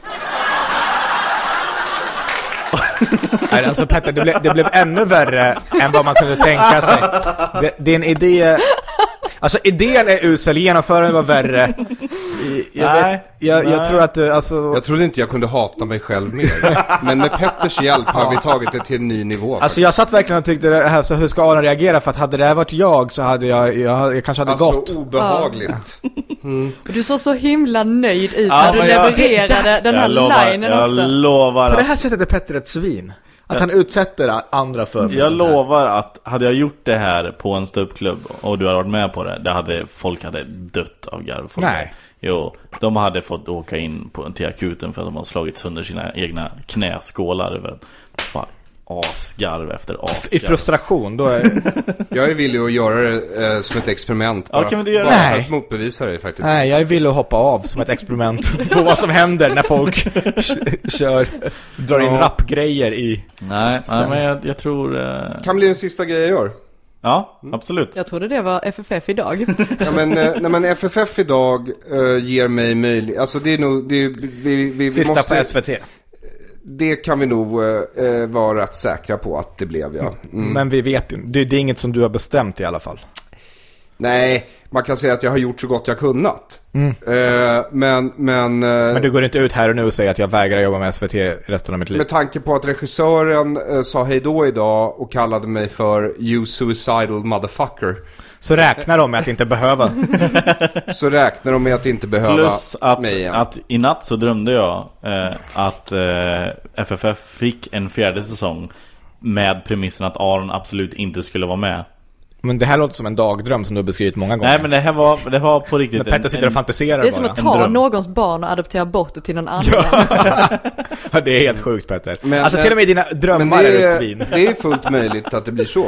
S2: Nej, alltså Petter, det blev, det blev ännu värre än vad man kunde tänka sig. Det- Din idé... Alltså idén är usel, genomförandet var värre. Jag,
S1: Nej,
S2: vet, jag, jag
S1: nej.
S2: tror att du, alltså...
S3: Jag trodde inte jag kunde hata mig själv mer. Men med Petters hjälp har vi tagit det till en ny nivå.
S2: Alltså jag satt verkligen och tyckte det här, så hur ska Aron reagera? För att hade det här varit jag så hade jag, jag, jag kanske hade
S3: Alltså,
S2: gått.
S3: obehagligt.
S4: Och du såg så himla nöjd ut
S1: Ja,
S4: när du
S1: men jag-
S4: levererade Eh, den här
S1: jag lovar,
S4: linen
S1: jag
S4: också.
S1: lovar
S2: På det här
S1: att,
S2: sättet är Petter ett svin. Att han utsätter andra för...
S1: jag lovar att hade jag gjort det här på en ståuppklubb och du hade varit med på det, det hade, folk hade dött av garv. Folk
S2: Nej.
S1: Jo, de hade fått åka in på, till akuten för att de har slagit sönder sina egna knäskålar. För att, bara asgarv efter asgarv.
S2: I frustration, då är...
S3: Jag är villig att göra det eh, som ett experiment.
S1: Ja, kan vi inte göra
S3: bara
S2: det?
S3: för
S2: Nej.
S3: att motbevisa dig faktiskt.
S2: Nej, jag vill att hoppa av som ett experiment på vad som händer när folk kör, drar in
S3: Ja.
S2: rapgrejer i...
S1: Nej, nej men jag, jag tror...
S2: Mm.
S1: eh,
S3: Kan bli den sista grejen jag gör.
S1: Ja, absolut.
S4: Jag trodde det var FFF idag.
S3: Ja, men, eh, nej, men FFF idag eh, ger mig möjlighet, alltså det är nog, det är, vi, vi, vi
S2: Sista
S3: måste,
S2: på SVT.
S3: det kan vi nog eh, eh, vara rätt säkra på att det blev ja. Mm.
S2: Men vi vet inte. Det, det är inget som du har bestämt i alla fall.
S3: Nej, man kan säga att jag har gjort så gott jag kunnat. Eh, men, men, eh,
S2: Mm. Men du går inte ut här och nu och säger att jag vägrar jobba med SVT resten av mitt liv.
S3: med tanke på att regissören eh, sa hej då idag och kallade mig för you suicidal motherfucker.
S2: Så räknar de med att inte behöva.
S3: Så räknar de med att inte behöva
S1: Plus att,
S3: mig igen.
S1: att i natt så drömde jag eh, att eh, FFF fick en fjärde säsong med premissen att Aron absolut inte skulle vara med.
S2: Men det här låter som en dagdröm som du har beskrivit många gånger.
S1: Nej men det här var, det var på
S2: När
S1: riktigt
S2: Petter sitter och fantiserar
S4: Det är som
S2: bara.
S4: att ta
S1: dröm.
S4: någons barn och adoptera bort det till någon annan.
S2: Ja, det är helt sjukt Petter.
S3: Men, eh,
S2: alltså till och med dina
S3: men
S2: drömmar
S3: det
S2: är ett
S3: är,
S2: svin.
S3: det är fullt möjligt att det blir så.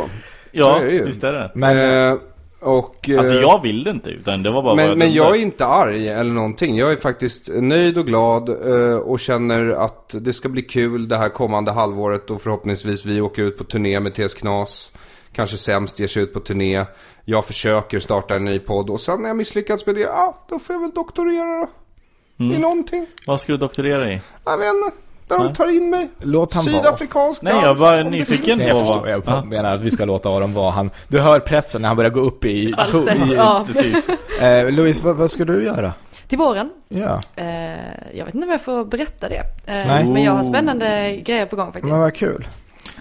S1: Ja,
S3: så är det ju.
S1: visst är det.
S2: Men,
S3: Eh, och, eh,
S1: Alltså jag ville inte utan det var bara vad
S3: men, men
S1: drömde.
S3: jag är inte arg eller någonting. Jag är faktiskt nöjd och glad eh, och känner att det ska bli kul det här kommande halvåret och förhoppningsvis vi åker ut på turné med TS Knas. Kanske sämst ger sig ut på turné. Jag försöker starta en ny podd och sen när jag misslyckats med det, ja då får jag väl doktorera då.
S1: Mm.
S3: I någonting.
S1: Vad ska du doktorera i?
S3: Jag vet inte. Där de tar in mig.
S2: Låt han vara.
S3: Sydafrikansk
S1: Nej
S3: dans,
S1: jag var
S3: om det
S1: nyfiken
S3: finns.
S2: Nej,
S1: på
S2: jag, förstår,
S1: vad...
S2: jag
S1: Ja,
S2: menar att vi ska låta Aron vara han. Du hör pressen när han börjar gå upp i... To,
S4: Falsett.
S2: i
S4: Ja.
S1: precis.
S2: eh, Louise, vad, vad ska du göra?
S4: Till våren.
S2: Ja,
S4: Eh, jag vet inte om jag får berätta det. Eh,
S2: Nej.
S4: men jag har spännande grejer på gång faktiskt.
S2: men vad kul.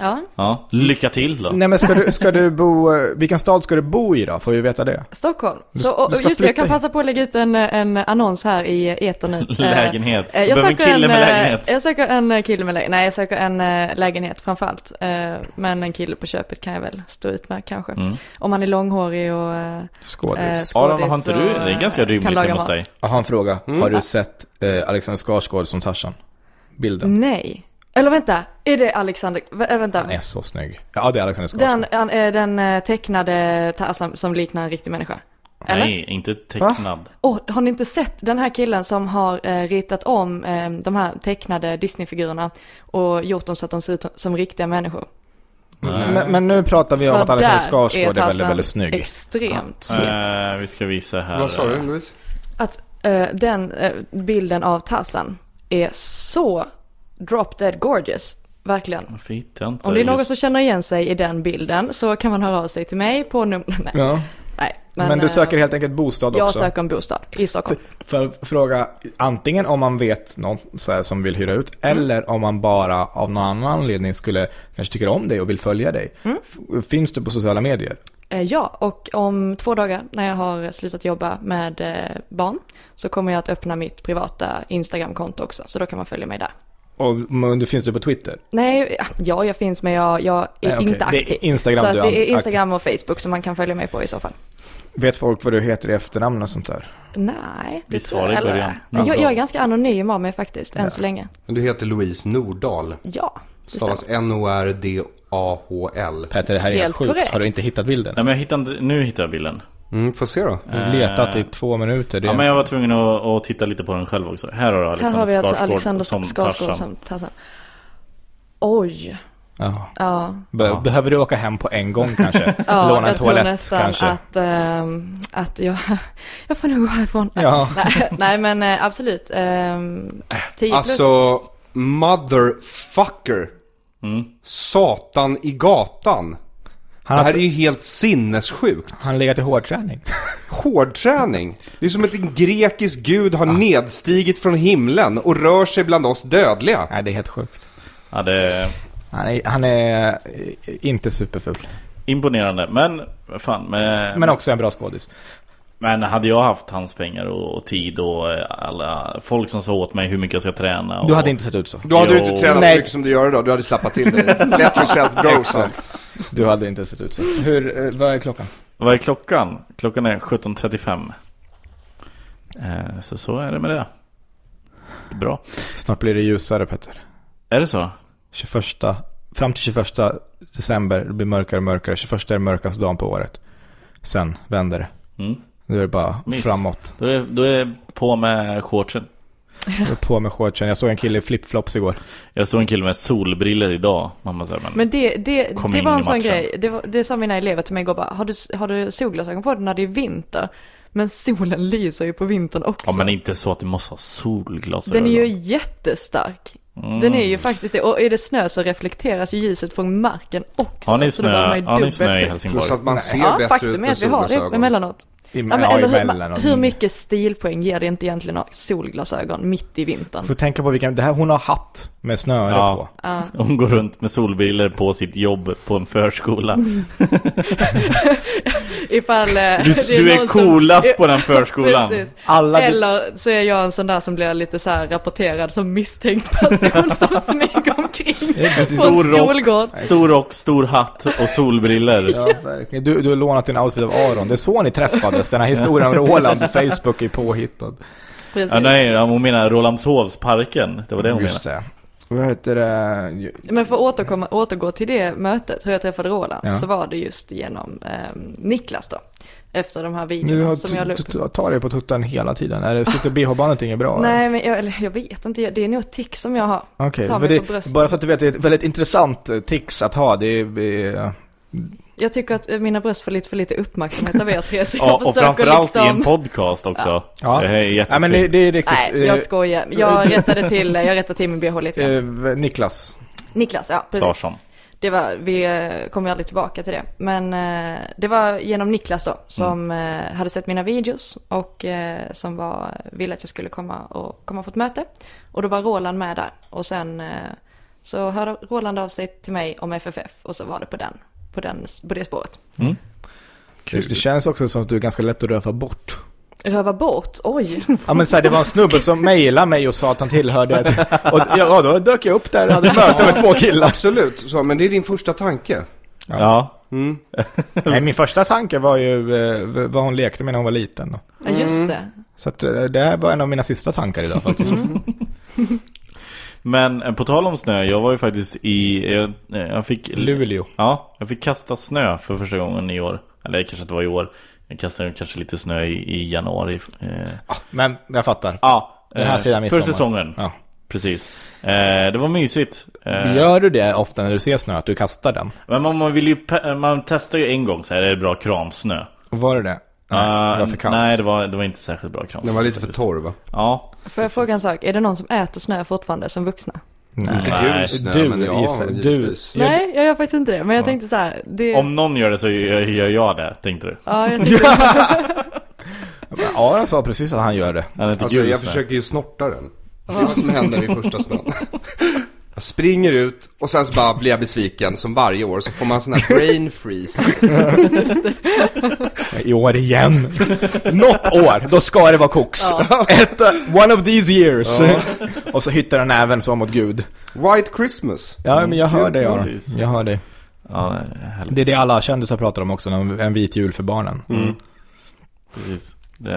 S4: Ja.
S1: Ja, lycka till då.
S4: Mm.
S2: Nej men ska du, ska du bo, eh, vilken stad ska du bo i då? Får vi veta det.
S4: Stockholm.
S2: Du-
S4: Så, och, och
S2: du
S4: just det,
S2: ska
S4: jag
S2: flytta
S4: kan
S2: hit.
S4: passa på att lägga ut en, en annons här i etern nu.
S1: Lägenhet.
S4: Eh, Jag
S1: Behöver en
S4: söker
S1: kille
S4: en,
S1: med
S4: eh,
S1: lägenhet.
S4: Jag söker en eh, kille med lägenhet. Nej, jag söker en eh, lägenhet framförallt. Eh, Men en kille på köpet kan jag väl stå ut med kanske.
S1: Mm.
S4: Om han är långhårig och eh, eh, skådis
S1: Aron, har inte
S4: och,
S1: du, det är
S4: eh,
S1: ganska
S4: kan
S1: rimligt
S4: laga
S1: hemma hos
S4: mat.
S1: dig.
S2: Jag har en fråga.
S4: Mm.
S2: Har
S4: Ja.
S2: du sett eh, Alexander Skarsgård som Tarzan? Bilden?
S4: Nej. Eller vänta, är det Alexander? Vä- äh, vänta.
S2: Han är så snygg. Ja, det är Alexander Skarsgård.
S4: Den, an- eh, den eh, tecknade Tarzan som liknar en riktig människa. Eller?
S1: Nej, inte tecknad.
S4: Åh, har ni inte sett den här killen som har eh, ritat om eh, de här tecknade Disney-figurerna och gjort dem så att de ser ut som riktiga människor?
S2: Men, men nu pratar vi om
S4: För
S2: att Alexander
S4: där
S2: Skarsgård Mm. är väldigt,
S4: Tarzan
S2: väldigt snygg.
S4: extremt snygg.
S1: Eh, vi ska visa här.
S3: Vad sa du Louise?
S4: Att eh, den eh, bilden av Tarzan är så drop dead gorgeous. Verkligen.
S1: Varför hittar jag inte
S4: Om det är någon
S1: just-
S4: som känner igen sig i den bilden så kan man höra av sig till mig på nummer... Nej.
S2: Ja.
S4: Nej
S2: Men, du
S4: eh,
S2: söker helt enkelt bostad
S4: Jag
S2: också?
S4: söker en bostad i Stockholm.
S2: För att fråga antingen om man vet någon så här, som vill hyra ut eller om man bara av någon annan anledning skulle kanske tycker om dig och vill följa dig. F- Finns du på sociala medier?
S4: Eh, Ja, och om två dagar när jag har slutat jobba med eh, barn så kommer jag att öppna mitt privata Instagram-konto också. Så då kan man följa mig där.
S2: Och men du- finns du på Twitter?
S4: Nej, ja jag finns men jag, jag är
S2: Nej, okej.
S4: inte
S2: Det är
S4: aktiv.
S2: Instagram
S4: så
S2: du
S4: att
S2: är
S4: det är Instagram och Facebook som man kan följa mig på i så fall.
S2: Vet folk vad du heter i efternamn och sånt där?
S4: Nej,
S1: Vi
S4: det
S1: sa det i
S4: eller-
S1: början.
S4: Jag,
S3: Ja.
S4: jag är ganska anonym av mig faktiskt, än så länge.
S3: Du heter Louise Nordahl.
S4: Ja, det
S3: Stavas
S4: stämmer.
S3: N-O-R-D-A-H-L.
S2: Peter, det här är
S4: Helt
S2: helt sjukt.
S4: korrekt.
S2: Har du inte hittat bilden?
S1: Nej men jag hittar inte, nu hittar jag bilden.
S3: Mm, får se då.
S2: Du har letat i två minuter. Det
S1: Eh, Ja
S2: är
S1: men jag var tvungen att, att titta lite på den själv också. Här har du
S4: Här har
S1: Alexander
S4: vi alltså
S1: Skarsgård
S4: Alexander
S1: som
S4: Skarsgård
S1: Tarzan.
S4: som Tarzan. Oj,
S2: Ja.
S4: ja.
S2: Be- Behöver du åka hem på en gång kanske?
S4: Ja,
S2: Låna en
S4: jag
S2: toalett
S4: tror nästan
S2: kanske?
S4: att, ehm, att jag, jag får nog gå härifrån. Nej,
S2: Ja.
S4: nej, nej men eh, absolut. Um, 10 plus.
S3: Alltså, motherfucker.
S1: Mm.
S3: Satan i gatan.
S2: Han
S3: det
S2: har
S3: här är ju helt sinnessjukt.
S2: Han har legat i hårdträning.
S3: Hårdträning. Det är som att en grekisk gud har nedstigit från himlen och rör sig bland oss dödliga.
S2: Nej, det är helt sjukt.
S1: Ja, det är
S2: Han är, han är eh, inte superful.
S1: imponerande. Men, fan. Men,
S2: Men också en bra skådis.
S1: men hade jag haft hans pengar och, och tid och eh, alla folk som sa åt mig hur mycket jag ska träna. Och,
S2: Du hade inte sett ut så.
S3: Då hade du
S1: Jo.
S3: inte tränat
S2: Nej.
S3: så mycket som du gör idag. Du hade slappat till dig. Let yourself go son.
S2: Du hade inte sett ut så. Hur, eh, vad är klockan?
S1: Vad är klockan? Klockan är 17.35. Eh, så så är det med det. Bra.
S2: Snart blir det ljusare Petter.
S1: Är det så?
S2: 21, fram till 21 december, det blir mörkare och mörkare. 21 är den mörkaste dagen på året. Sen vänder det.
S1: Mm.
S2: Nu är det bara
S1: Miss.
S2: framåt.
S1: Då är, då är det på med shortsen.
S2: Jag är på med shortsen. Jag såg en kille i flipflops igår.
S1: Jag såg en kille med solbriller idag. Mamma sa men,
S4: Men det, det,
S1: Kom
S4: det
S1: in
S4: var
S1: i
S4: en sån
S1: matchen.
S4: grej. Det, var, det sa mina elever till mig igår bara, har du, har du solglasögon på dig när det är vinter? Men solen lyser ju på vintern också.
S1: ja, men Mm. inte så att du måste ha solglasögon.
S4: Den är ju jättestark. Den är ju faktiskt det. Och är det snö så reflekteras ju ljuset från marken också.
S1: Har ni
S4: Så då
S1: snö,
S4: var man ju
S1: har ni
S4: dubbelt
S1: snö i
S4: skydd.
S1: Helsingborg?
S3: Plus att man ser
S4: Ja,
S3: bättre ut
S4: faktum är
S3: med
S4: att vi har det
S3: solglasögon.
S4: emellanåt.
S2: I,
S4: Ja, men, eller hur,
S2: emellan
S4: ma-
S2: och-
S4: hur mycket stilpoäng ger det inte egentligen att ha solglasögon mitt i vintern?
S2: Får tänka på vilken, det här, hon har hatt med snöre på.
S1: Ja. Hon går runt med solbriller på sitt jobb på en förskola.
S4: Ifall, eh, du,
S1: Du, du är coolast på den förskolan.
S2: Alla,
S4: Eller så är jag en sån där som blir lite så här rapporterad som misstänkt person som smyger omkring på en
S1: Stor
S4: skolgård.
S1: rock, stor rock, stor hatt och solbriller.
S2: Ja, verkligen. Du, du har lånat din outfit av Aron. Det är så ni träffades. Den här historien om Roland på Facebook är påhittad.
S4: Precis.
S1: Ja, nej, hon menar Rålambshovsparken. Det var det hon menade.
S2: det. Vad heter det?
S4: Men för att återkomma, återgå till det mötet, hur jag träffade Roland,
S2: Ja.
S4: så var det just genom eh, Niklas då. Efter de här
S2: Nu
S4: videorna
S2: har
S4: som jag la upp.
S2: t- t- tar dig på tuttan hela tiden. Är det, sitter bh-bandet inget bra? eller?
S4: Nej, men jag, eller, jag vet inte, jag- det är nog tick som jag har.
S2: Okej,
S4: Ta
S2: för
S4: mig
S2: det-
S4: på bröstet.
S2: bara så att du vet, det är ett väldigt intressant eh, tics att ha. Det är, eh,
S4: Jag tycker att eh, mina bröst får lite för lite uppmärksamhet av er tre, så jag
S1: Ja, och
S4: försöker
S1: framförallt
S4: liksom...
S1: i en podcast också.
S2: Ja.
S1: Det här är
S2: nej men
S1: jättesynd.
S2: det, det är riktigt.
S4: Nej, jag skojar. Jag rättade till, jag rättade till min bh lite
S2: eh,
S4: grann.
S2: eh, Niklas.
S4: Niklas, ja precis.
S1: Larsson.
S4: Det var, vi eh, kom ju aldrig tillbaka till det. Men eh, det var genom Niklas då, som eh, hade sett mina videos och eh, som var, ville att jag skulle komma och komma på ett möte. Och då var Roland med där. Och sen eh, Så hörde Roland av sig till mig om FFF och så var det på den, på, den, på det spåret.
S2: Det, det känns också som att du är ganska lätt att röva bort.
S4: Röva bort, oj.
S2: Ja men så här, det var en snubbe som mejlade mig och sa att han tillhörde ett, och ja, då dök jag upp där och hade ett möte med två killar.
S3: Absolut, så, men det är din första tanke.
S1: Ja.
S3: Mm.
S2: Nej, min första tanke var ju eh, vad hon lekte med när hon var liten.
S4: Ja, just det.
S2: Så att, eh, det här var en av mina sista tankar idag faktiskt.
S1: Men eh, på tal om snö, jag var ju faktiskt i... Jag, eh, jag fick...
S2: Luleå.
S1: Ja, jag fick kasta snö för första gången i år. Eller kanske inte var i år. Jag kastade kanske lite snö i, i januari. Eh,
S2: Men jag fattar.
S1: ja,
S2: Ah, Den här
S1: eh,
S2: sidan
S1: för
S2: midsommar.
S1: säsongen.
S2: Ja.
S1: Precis. Eh, det var mysigt. Eh,
S2: Gör du det ofta när du ser snö, att du kastar den?
S1: Men man, man vill ju... pe- Man testar ju en gång så här, är det bra kramsnö?
S2: Var det det? Nej,
S1: Eh,
S2: det var för kallt.
S1: nej, det var, det var inte särskilt bra kramsnö.
S3: Den var lite för
S1: faktiskt.
S3: torr va?
S1: Ja.
S4: Får jag fråga en sak? Är det någon som äter snö fortfarande som vuxna?
S3: Inte
S1: Nej.
S3: gul snö,
S2: Mm. Du,
S3: men ja,
S2: gissar- du-
S3: givetvis.
S4: Nej, jag gör faktiskt inte det. Men jag tänkte så här, det...
S1: Om någon gör det så gör gör jag det, tänkte du.
S4: Ja, jag tänkte...
S2: Ja, han sa precis att han gör det.
S1: Han är inte
S3: Alltså
S1: gul
S3: jag
S1: snö.
S3: försöker ju snorta den. Det är vad som händer vid första snön. Jag springer ut och sen så bara blir jag besviken som varje år så får man sån här brain freeze.
S2: I år igen. Något år, då ska det vara koks. Ett, eh, one of these years. Och så hittar han även så mot Gud.
S3: White Christmas.
S2: Ja, men jag hör dig Aron.
S1: precis.
S2: Jag hör dig.
S1: Ja, nej, härligt.
S2: Det är det alla kändisar pratar om också, en en vit jul för barnen.
S1: Mm.
S2: Mm.
S1: Precis. Det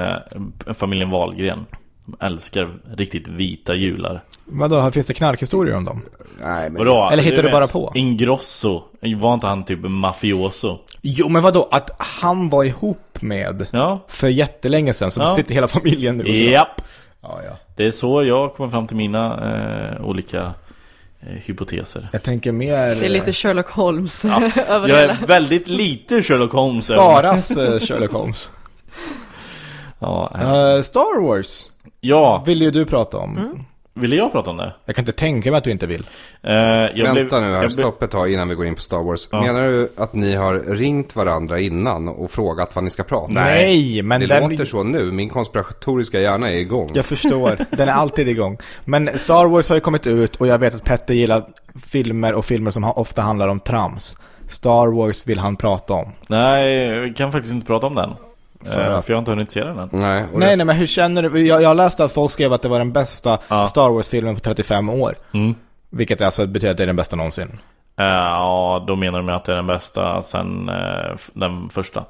S1: är familjen Wahlgren. De älskar riktigt vita jular.
S2: Vadå, finns det knarkhistorier om dem?
S3: Nej men
S1: Vadå?
S2: Eller hittar
S1: är
S2: du
S1: med-
S2: bara på?
S1: Ingrosso. Var inte han typ en mafioso?
S2: Jo, men vadå, att han var ihop med
S1: Ja.
S2: för jättelänge sedan, så
S1: Ja.
S2: sitter hela familjen nu och drar.
S1: Japp.
S2: ja, ja.
S1: Det är så jag kommer fram till mina eh, olika eh, hypoteser.
S2: Jag tänker mer
S4: Det är lite Sherlock Holmes över det
S1: Jag
S4: hela.
S1: är väldigt lite Sherlock Holmes. över-
S2: Staras eh, Sherlock Holmes.
S1: Ja, eh.
S2: Eh, Star Wars
S1: ja,
S2: vill ju du prata om.
S4: Mm.
S1: ville jag prata om det?
S2: Jag kan inte tänka mig att du inte vill.
S1: Eh, jag
S3: Vänta nu här,
S1: jag blev-
S3: stopp ett tag innan vi går in på Star Wars. Menar du att ni har ringt varandra innan och frågat vad ni ska prata om?
S2: Nej, men
S3: Det
S2: den...
S3: låter så nu, min konspiratoriska hjärna är igång.
S2: Jag förstår, den är alltid igång. Men Star Wars har ju kommit ut och jag vet att Petter gillar filmer och filmer som ha- ofta handlar om trams. Star Wars vill han prata om.
S1: Nej, vi kan faktiskt inte prata om den. För, eh,
S2: att-
S1: för jag har inte hunnit se den än.
S3: Nej, och
S2: Nej,
S3: det-
S2: nej, men hur känner du? Jag, jag läste att folk skrev att det var den bästa
S1: Ja.
S2: Star Wars-filmen på 35 år. Vilket alltså betyder att det är den bästa någonsin.
S1: Eh, Ja, då menar de att det är den bästa sen eh, f- den första.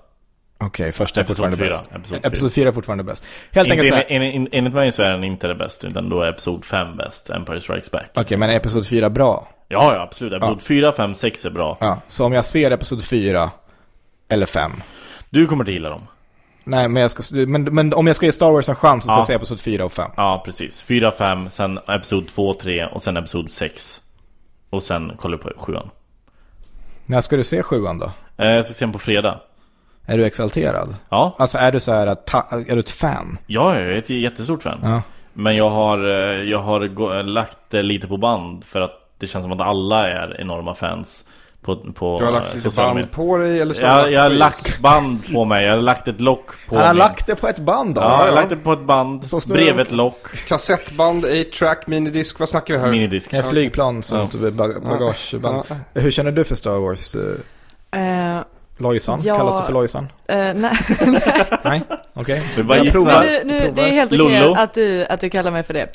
S2: Okej, första är
S1: Episod
S2: fortfarande
S1: fyra,
S2: bäst.
S1: episod fyra.
S2: Episod 4 är fortfarande bäst. Helt
S1: Inte,
S2: enkelt så här.
S1: en, en, en, enligt mig så är den inte det bästa, utan då är Episod 5 bäst, Empire Strikes Back.
S2: Okej, men är Episod 4 bra?
S1: Ja, ja absolut. Episod 4, 5, 6 är bra.
S2: Ja. Så om jag ser Episod 4, eller 5.
S1: Du kommer att gilla dem.
S2: Nej, men, jag ska, men, men om jag ska ge Star Wars en chans så ska
S1: Ja.
S2: jag se Episod 4 och 5.
S1: Ja, precis. 4, 5, sen Episod 2, 3 och sen Episod 6. Och sen kollar du på 7 eh,
S2: När ska du se 7 då?
S1: Jag ska se den Eh, på fredag.
S2: Är du exalterad?
S1: Ja.
S2: Alltså är du så här att, ta- är du ett fan?
S1: Ja, jag är ett jättestort fan.
S2: Ja.
S1: Men jag har, eh, jag har gå- lagt det lite på band för att det känns som att alla är enorma fans. På, på
S3: Du har
S1: eh,
S3: lagt lite
S1: sociala
S3: band
S1: medier.
S3: på dig eller så? har
S1: Jag,
S3: du
S1: jag har
S3: på is?
S1: lagt band på mig, jag har lagt ett lock på
S2: Han har
S1: mig.
S2: lagt det på ett band då?
S1: Ja, jag har lagt det på ett band,
S2: Så snurrar
S1: bredvid
S2: de-
S1: ett lock,
S3: Kassettband, 8-track, minidisk, vad snackar vi här?
S1: minidisk.
S2: En flygplan, sånt bag- bagageband. Hur känner du för Star Wars? eh,
S4: Eh,
S2: Lojsan?
S4: Ja.
S2: Kallas det för Lojsan?
S4: eh, nej,
S2: Nej, okej.
S1: Vi bara
S2: Jag
S1: gissar.
S2: provar.
S4: men nu, nu, det
S2: Provar.
S4: är helt okej
S1: Lollo.
S4: att du, att du kallar mig för det.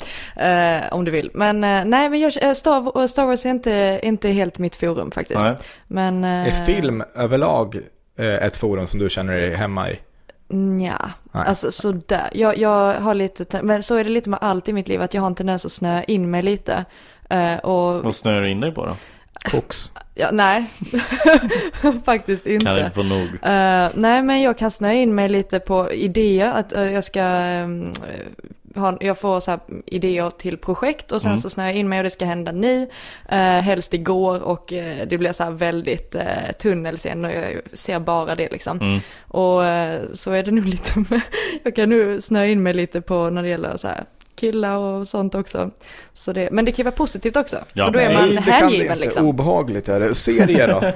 S4: Eh, om du vill. Men eh, nej, men jag, eh, Star, Star Wars är inte, inte helt mitt forum faktiskt.
S1: Nej.
S4: Men... eh,
S2: Är film överlag eh, ett forum som du känner dig hemma i?
S4: Nja,
S2: Nej.
S4: alltså sådär. Jag, jag har lite, te- men så är det lite med allt i mitt liv, att jag har en tendens att snöa in mig lite. Eh, och,
S1: Vad snöar du in dig på då?
S2: Koks.
S4: ja, nej, faktiskt inte.
S1: Kan inte få nog.
S4: Eh, nej, men jag kan snöa in mig lite på idéer, att eh, jag ska ehm, eh, ha, jag får så här idéer till projekt och sen
S2: Mm.
S4: så snöar jag in mig och det ska hända nu, uh, helst igår och eh, det blir så här väldigt uh, tunnelseende och jag ser bara det liksom.
S2: Mm.
S4: Och eh, så är det nog lite med, jag kan nu snöa in mig lite på när det gäller så här killar och sånt också. Så det, men det kan ju vara positivt också,
S1: Ja,
S4: för då är
S1: precis.
S4: man
S2: det kan det
S4: hängiven
S2: inte.
S4: liksom.
S2: Obehagligt är det. Serier då?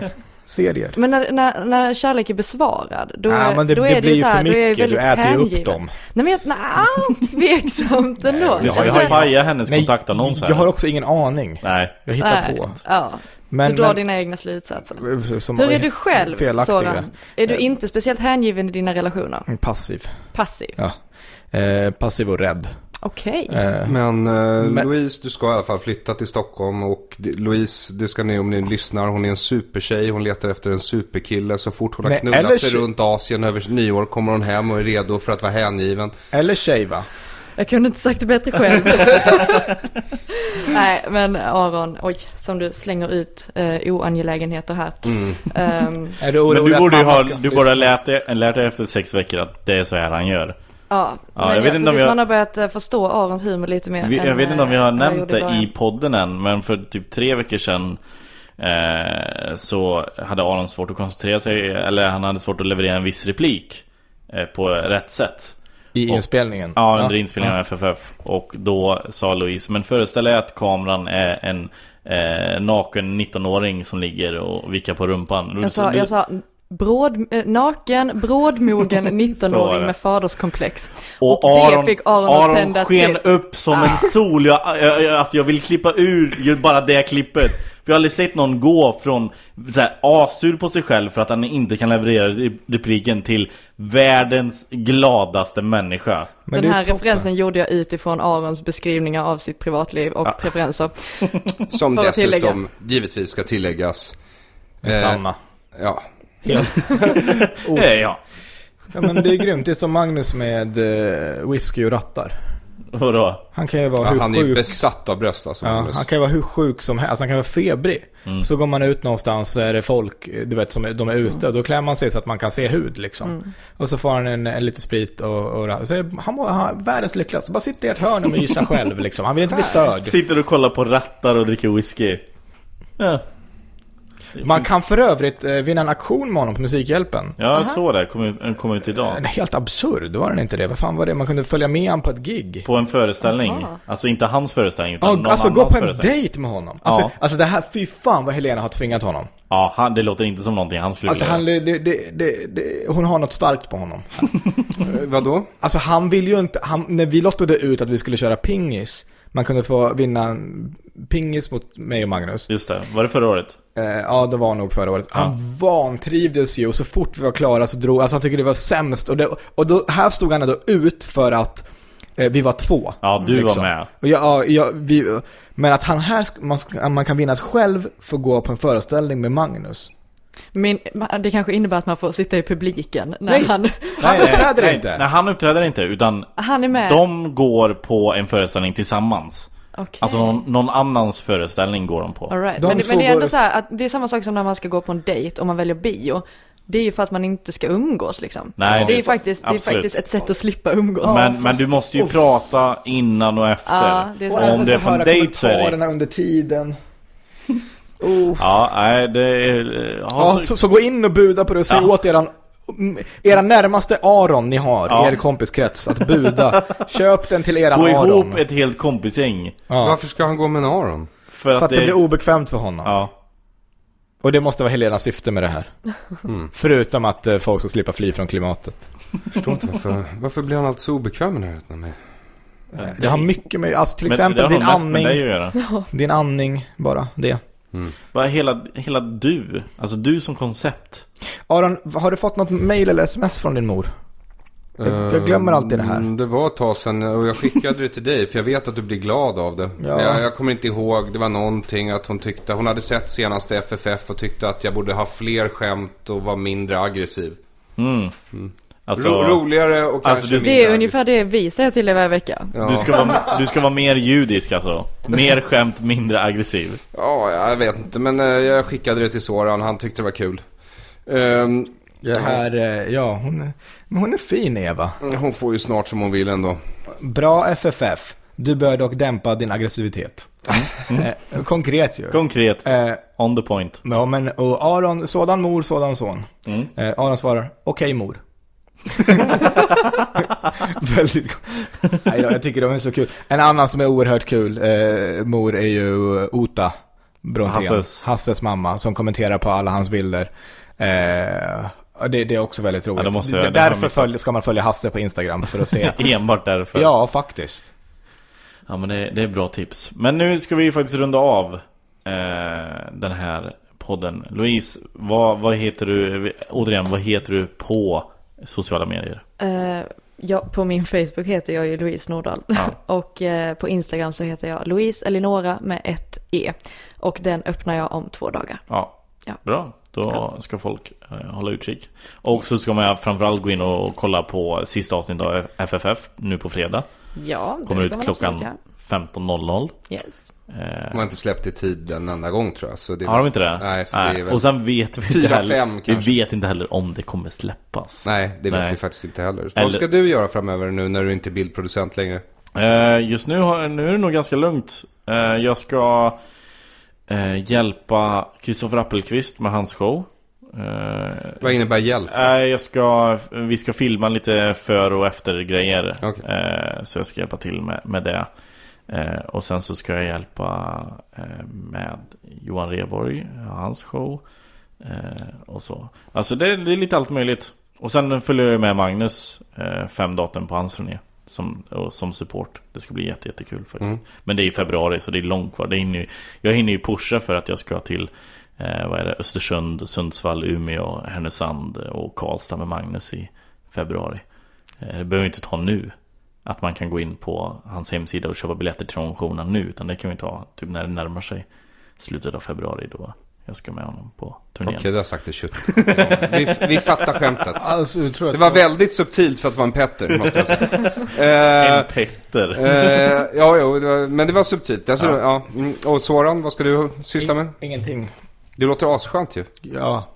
S2: serier.
S4: Men när, när, när kärlek är besvarad, då,
S2: Ja,
S4: är-
S2: men det-
S4: då
S2: det
S4: är det
S2: blir
S4: ju
S2: ju
S4: så här,
S2: för
S4: då är jag
S2: mycket. Du
S4: väldigt
S2: äter ju upp
S4: hängiven.
S2: dem.
S4: Nej men jag, nja, tveksamt ändå.
S1: Vi har ju
S4: Alltså,
S1: pajat hennes kontaktannons här.
S2: Jag har också ingen aning.
S1: Nej.
S2: Jag hittar
S4: nej,
S2: på.
S4: Ja.
S2: Men-
S4: du drar
S2: men- eh,
S4: dina egna slutsatser.
S2: Som
S4: Hur är du själv,
S2: felaktiga.
S4: Soran? Är
S1: Eh.
S4: du inte speciellt hängiven i dina relationer?
S2: Mm, Passiv.
S4: Passiv?
S2: Ja. Eh, passiv och rädd.
S4: Okej.
S2: Eh,
S3: Men, eh,
S2: men-
S3: Louise, du ska i alla fall flytta till Stockholm och d- Louise, det ska ni om ni lyssnar, hon är en supertjej, hon letar efter en superkille. Så fort hon har
S2: Nej,
S3: knullat
S2: eller
S3: sig
S2: tjej-
S3: runt Asien över nyår kommer hon hem och är redo för att vara hängiven.
S2: Eller tjej va?
S4: Jag kunde inte sagt det bättre själv. Nej, men Aron, oj, som du slänger ut eh, oangelägenheter här.
S1: Mm.
S4: Ehm,
S2: Är du
S1: Men
S2: orolig
S1: du
S2: att
S1: borde ju
S2: mamma
S1: ha,
S2: ska
S1: du borde ha
S2: lyssna?
S1: lärt dig, lärt dig efter sex veckor att det är så här han gör.
S4: ja,
S1: Ja,
S4: men
S1: jag vet inte om
S4: precis,
S1: jag-
S4: man har börjat eh, förstå Arons humor lite mer.
S1: Vi, jag
S4: än,
S1: vet inte om vi
S4: eh,
S1: har
S4: vad jag
S1: nämnt
S4: gjorde i
S1: det
S4: början.
S1: i podden än, men för typ tre veckor sedan eh, så hade Aron svårt att koncentrera sig, eller han hade svårt att leverera en viss replik eh, på rätt sätt.
S2: I
S1: Och-
S2: inspelningen?
S1: Ja, under inspelningen av FFF. Och då sa Louise, men föreställ dig att kameran är en eh, naken 19-åring som ligger och vickar på rumpan.
S4: Jag sa, jag sa bråd, eh, naken, brådmogen
S1: Så var
S4: 19-åring
S1: det.
S4: med faderskomplex.
S1: Och,
S4: Och det
S1: Aron,
S4: fick Aron att Ah. tända
S1: sken
S4: till.
S1: upp som en sol. Jag, jag, jag, alltså jag vill klippa ur ju bara det klippet. För jag har aldrig sett någon gå från så här, asur på sig själv för att han inte kan leverera rep- repliken till världens gladaste människa.
S2: Men
S4: Den
S2: det är
S4: här
S2: toppen.
S4: referensen gjorde jag utifrån Arons beskrivningar av sitt privatliv och preferenser.
S3: Som
S4: För att tillägga.
S3: dessutom givetvis ska tilläggas.
S2: Med Sanna.
S3: Ja.
S1: Eh, ja.
S2: Ja men det är grymt, det är som Magnus med eh, whisky och rattar.
S1: Vadå?
S2: Han kan ju vara
S3: Ja,
S2: hur
S3: han är ju
S2: sjuk...
S3: besatt av bröst alltså.
S2: ja,
S3: Magnus.
S2: han kan ju vara hur sjuk som helst, alltså, han kan vara febrig.
S1: Mm.
S2: Så går man ut någonstans så är det folk, eh, du vet, som är- de är ute.
S1: Mm.
S2: Då klär man sig så att man kan se hud liksom. Och så får han en, en lite sprit och, och ra- så är han, mår- han är världens lyckligaste. Bara sitter i ett hörn och myser själv liksom. Han vill inte bli störd.
S1: Sitter och kollar på rattar och dricker whisky. Ja,
S2: Man kan för övrigt eh, vinna en auktion med honom på Musikhjälpen.
S1: ja jag såg det. Kom ut, kom ut idag.
S2: En helt absurd, var den inte det? Vad fan var det? Man kunde följa med honom på ett gig.
S1: På en föreställning.
S4: Aha.
S1: Alltså inte hans föreställning utan
S2: Ja,
S1: någon
S2: alltså gå
S1: annans
S2: på en
S1: föreställning.
S2: dejt med honom. Alltså,
S1: Ja.
S2: alltså det här, fy fan vad Helena har tvingat honom.
S1: Ja, han, det låter inte som någonting han skulle
S2: Alltså
S1: vilja
S2: han, det, det, det, det, hon har något starkt på honom.
S3: Eh, Vadå?
S2: Alltså han vill ju inte, han, när vi lottade ut att vi skulle köra pingis, man kunde få vinna en pingis mot mig och Magnus.
S1: Just det, var det förra året?
S2: Eh, ja, det var nog förra året. Han vantrivdes ju och så fort vi var klara så drog, alltså han tyckte det var sämst. Och, det, och då, här stod han ändå ut för att eh, vi var två.
S1: Ja, du var
S2: liksom.
S1: med.
S2: Och jag, ja, jag, vi, men att han här, sk- man, sk- man kan vinna att själv få gå på en föreställning med Magnus.
S4: Men det kanske innebär att man får sitta i publiken när
S2: Nej.
S4: han,
S2: Han uppträder
S1: nej,
S2: inte.
S1: Nej, han uppträder inte utan
S4: han är med.
S1: de går på en föreställning tillsammans.
S4: Okej.
S1: Alltså någon, någon annans föreställning går de på.
S4: All right.
S2: De
S4: men, det-
S2: två
S4: men det är ändå
S2: går-
S4: så här att det är samma sak som när man ska gå på en dejt och man väljer bio. Det är ju för att man inte ska umgås liksom.
S1: Nej,
S4: det, är ju
S1: det-
S4: faktiskt, det är
S1: absolut.
S4: faktiskt ett sätt att slippa umgås.
S1: men, men du måste ju prata innan och efter.
S4: Ja, det är sant.
S1: och om du är på en dejt så är det...
S2: under tiden.
S1: Ja, nej det är... alltså,
S2: Ja,
S1: Ja,
S2: så, så gå in och buda på det och säg
S1: Ja.
S2: åt eran, era närmaste Aron ni har
S1: Ja.
S2: i er kompiskrets att buda. Köp den till eran
S1: gå
S2: Aron.
S1: ihop ett helt kompisgäng.
S2: ja.
S3: Varför ska han gå med en Aron?
S1: För,
S2: För att det blir obekvämt för honom.
S1: Ja.
S2: Och det måste vara Helenas syfte med det här.
S1: Mm.
S2: Förutom att eh, folk ska slippa fly från klimatet.
S3: Förstår inte varför. Varför blir han alltid så obekväm i närheten av mig?
S2: Det har mycket med, alltså till
S1: Men det
S2: exempel
S1: har
S2: din
S1: nog mest med
S2: andning.
S1: dig att göra.
S2: Din andning, bara det.
S1: Bara hela, hela du. Alltså du som koncept.
S2: Aron, har du fått något mail eller sms från din mor? Jag,
S1: Eh,
S2: jag glömmer alltid det här.
S3: Mm, Det var ett tag sedan och jag skickade det till dig för jag vet att du blir glad av det.
S2: Ja.
S3: Jag, jag kommer inte ihåg, det var någonting att hon tyckte, hon hade sett senaste FFF och tyckte att jag borde ha fler skämt och vara mindre aggressiv.
S1: Alltså,
S3: Ro, roligare och kanske
S1: Alltså, du-
S4: det
S3: mindre
S4: är
S3: aggressiv.
S4: ungefär det vi säger till dig varje vecka.
S3: Ja.
S1: du, ska vara, du ska vara mer judisk alltså. Mer skämt, mindre aggressiv.
S3: ja, jag vet inte men eh, jag skickade det till Soran, han tyckte det var kul. Ehm,
S2: Det här, eh, ja, hon är, men hon är fin Eva.
S3: hon får ju snart som hon vill ändå.
S2: Bra FFF. Du bör dock dämpa din aggressivitet.
S1: Mm.
S2: Eh, Konkret ju.
S1: Konkret,
S2: Eh,
S1: on the point.
S2: ja, men och Aron, sådan mor, sådan son.
S1: Mm.
S2: Eh, Aron svarar, okej mor. Väldigt go- Nej, jag, jag tycker de är så kul. En annan som är oerhört kul, eh, mor, är ju Ota. Brontén, Hasses.
S1: Hasses.
S2: mamma, som kommenterar på alla hans bilder. Eh, och det, det är också väldigt roligt.
S1: det måste jag-
S2: Det-
S1: det har jag
S2: därför
S1: missat.
S2: följ, ska man följa Hasse på Instagram för att se.
S1: Enbart därför.
S2: ja, faktiskt.
S1: Ja men det, det är bra tips. Men nu ska vi faktiskt runda av eh, den här podden. Louise, vad, vad heter du, återigen, vad heter du på sociala medier?
S4: Eh, ja, på min Facebook heter jag ju Louise Nordahl. och eh, på Instagram så heter jag Louise Elinora med ett E. Och den öppnar jag om två dagar.
S1: Ja,
S4: Ja.
S1: bra. Då ska folk eh, hålla utkik. Och så ska man framförallt gå in och kolla på sista avsnittet av FFF nu på fredag.
S4: Ja, det
S1: Kommer
S4: ska
S1: ut
S4: man
S1: klockan
S4: absolut göra.
S1: 15.00.
S4: Yes.
S1: Eh,
S3: De har inte släppt i tid en enda gång tror jag. Så det är
S1: har de inte det?
S3: Nej, så det är väl...
S1: Och sen vet vi inte
S3: Fyra,
S1: heller,
S3: fem
S1: vi
S3: kanske.
S1: vet inte heller om det kommer släppas.
S3: Nej, det vet
S1: Nej.
S3: vi faktiskt inte heller.
S1: Eller-
S3: Vad ska du göra framöver nu när du inte är bildproducent längre?
S1: Eh, Just nu, har, nu är det nog ganska lugnt. Eh, Jag ska eh, hjälpa Kristoffer Appelqvist med hans show. Eh,
S3: Vad innebär hjälp?
S1: Nej, jag ska, vi ska filma lite för och efter grejer.
S3: Okej.
S1: Eh, så jag ska hjälpa till med, med det. Eh, och sen så ska jag hjälpa eh, med Johan Rheborg, hans show. Eh, och så. Alltså det, är- det är lite allt möjligt. Och sen följer jag med Magnus eh, fem datum på hans turné. Som, och som support. Det ska bli jätte, jättekul faktiskt. Men det är i februari så det är långt kvar. Det hinner, ju- jag hinner ju pusha för att jag ska till eh, vad är det, Östersund, Sundsvall, Umeå, Härnösand och Karlstad med Magnus i februari. Eh, det behöver vi inte ta nu. Att man kan gå in på hans hemsida och köpa biljetter till de showerna nu. Utan det kan vi ta typ när det närmar sig slutet av februari då jag ska med honom på turnén.
S3: Okej, du har sagt det 20 vi, vi fattar skämtet.
S2: Alltså, jag tror att
S3: Det var väldigt subtilt för att vara en Petter, måste jag säga. Eh,
S1: En Petter.
S3: eh, ja, jo, det var, men det var subtilt. Alltså, ja. mm. Och Soran, vad ska du syssla med?
S2: Ingenting.
S3: Det låter asskönt ju.
S2: Ja,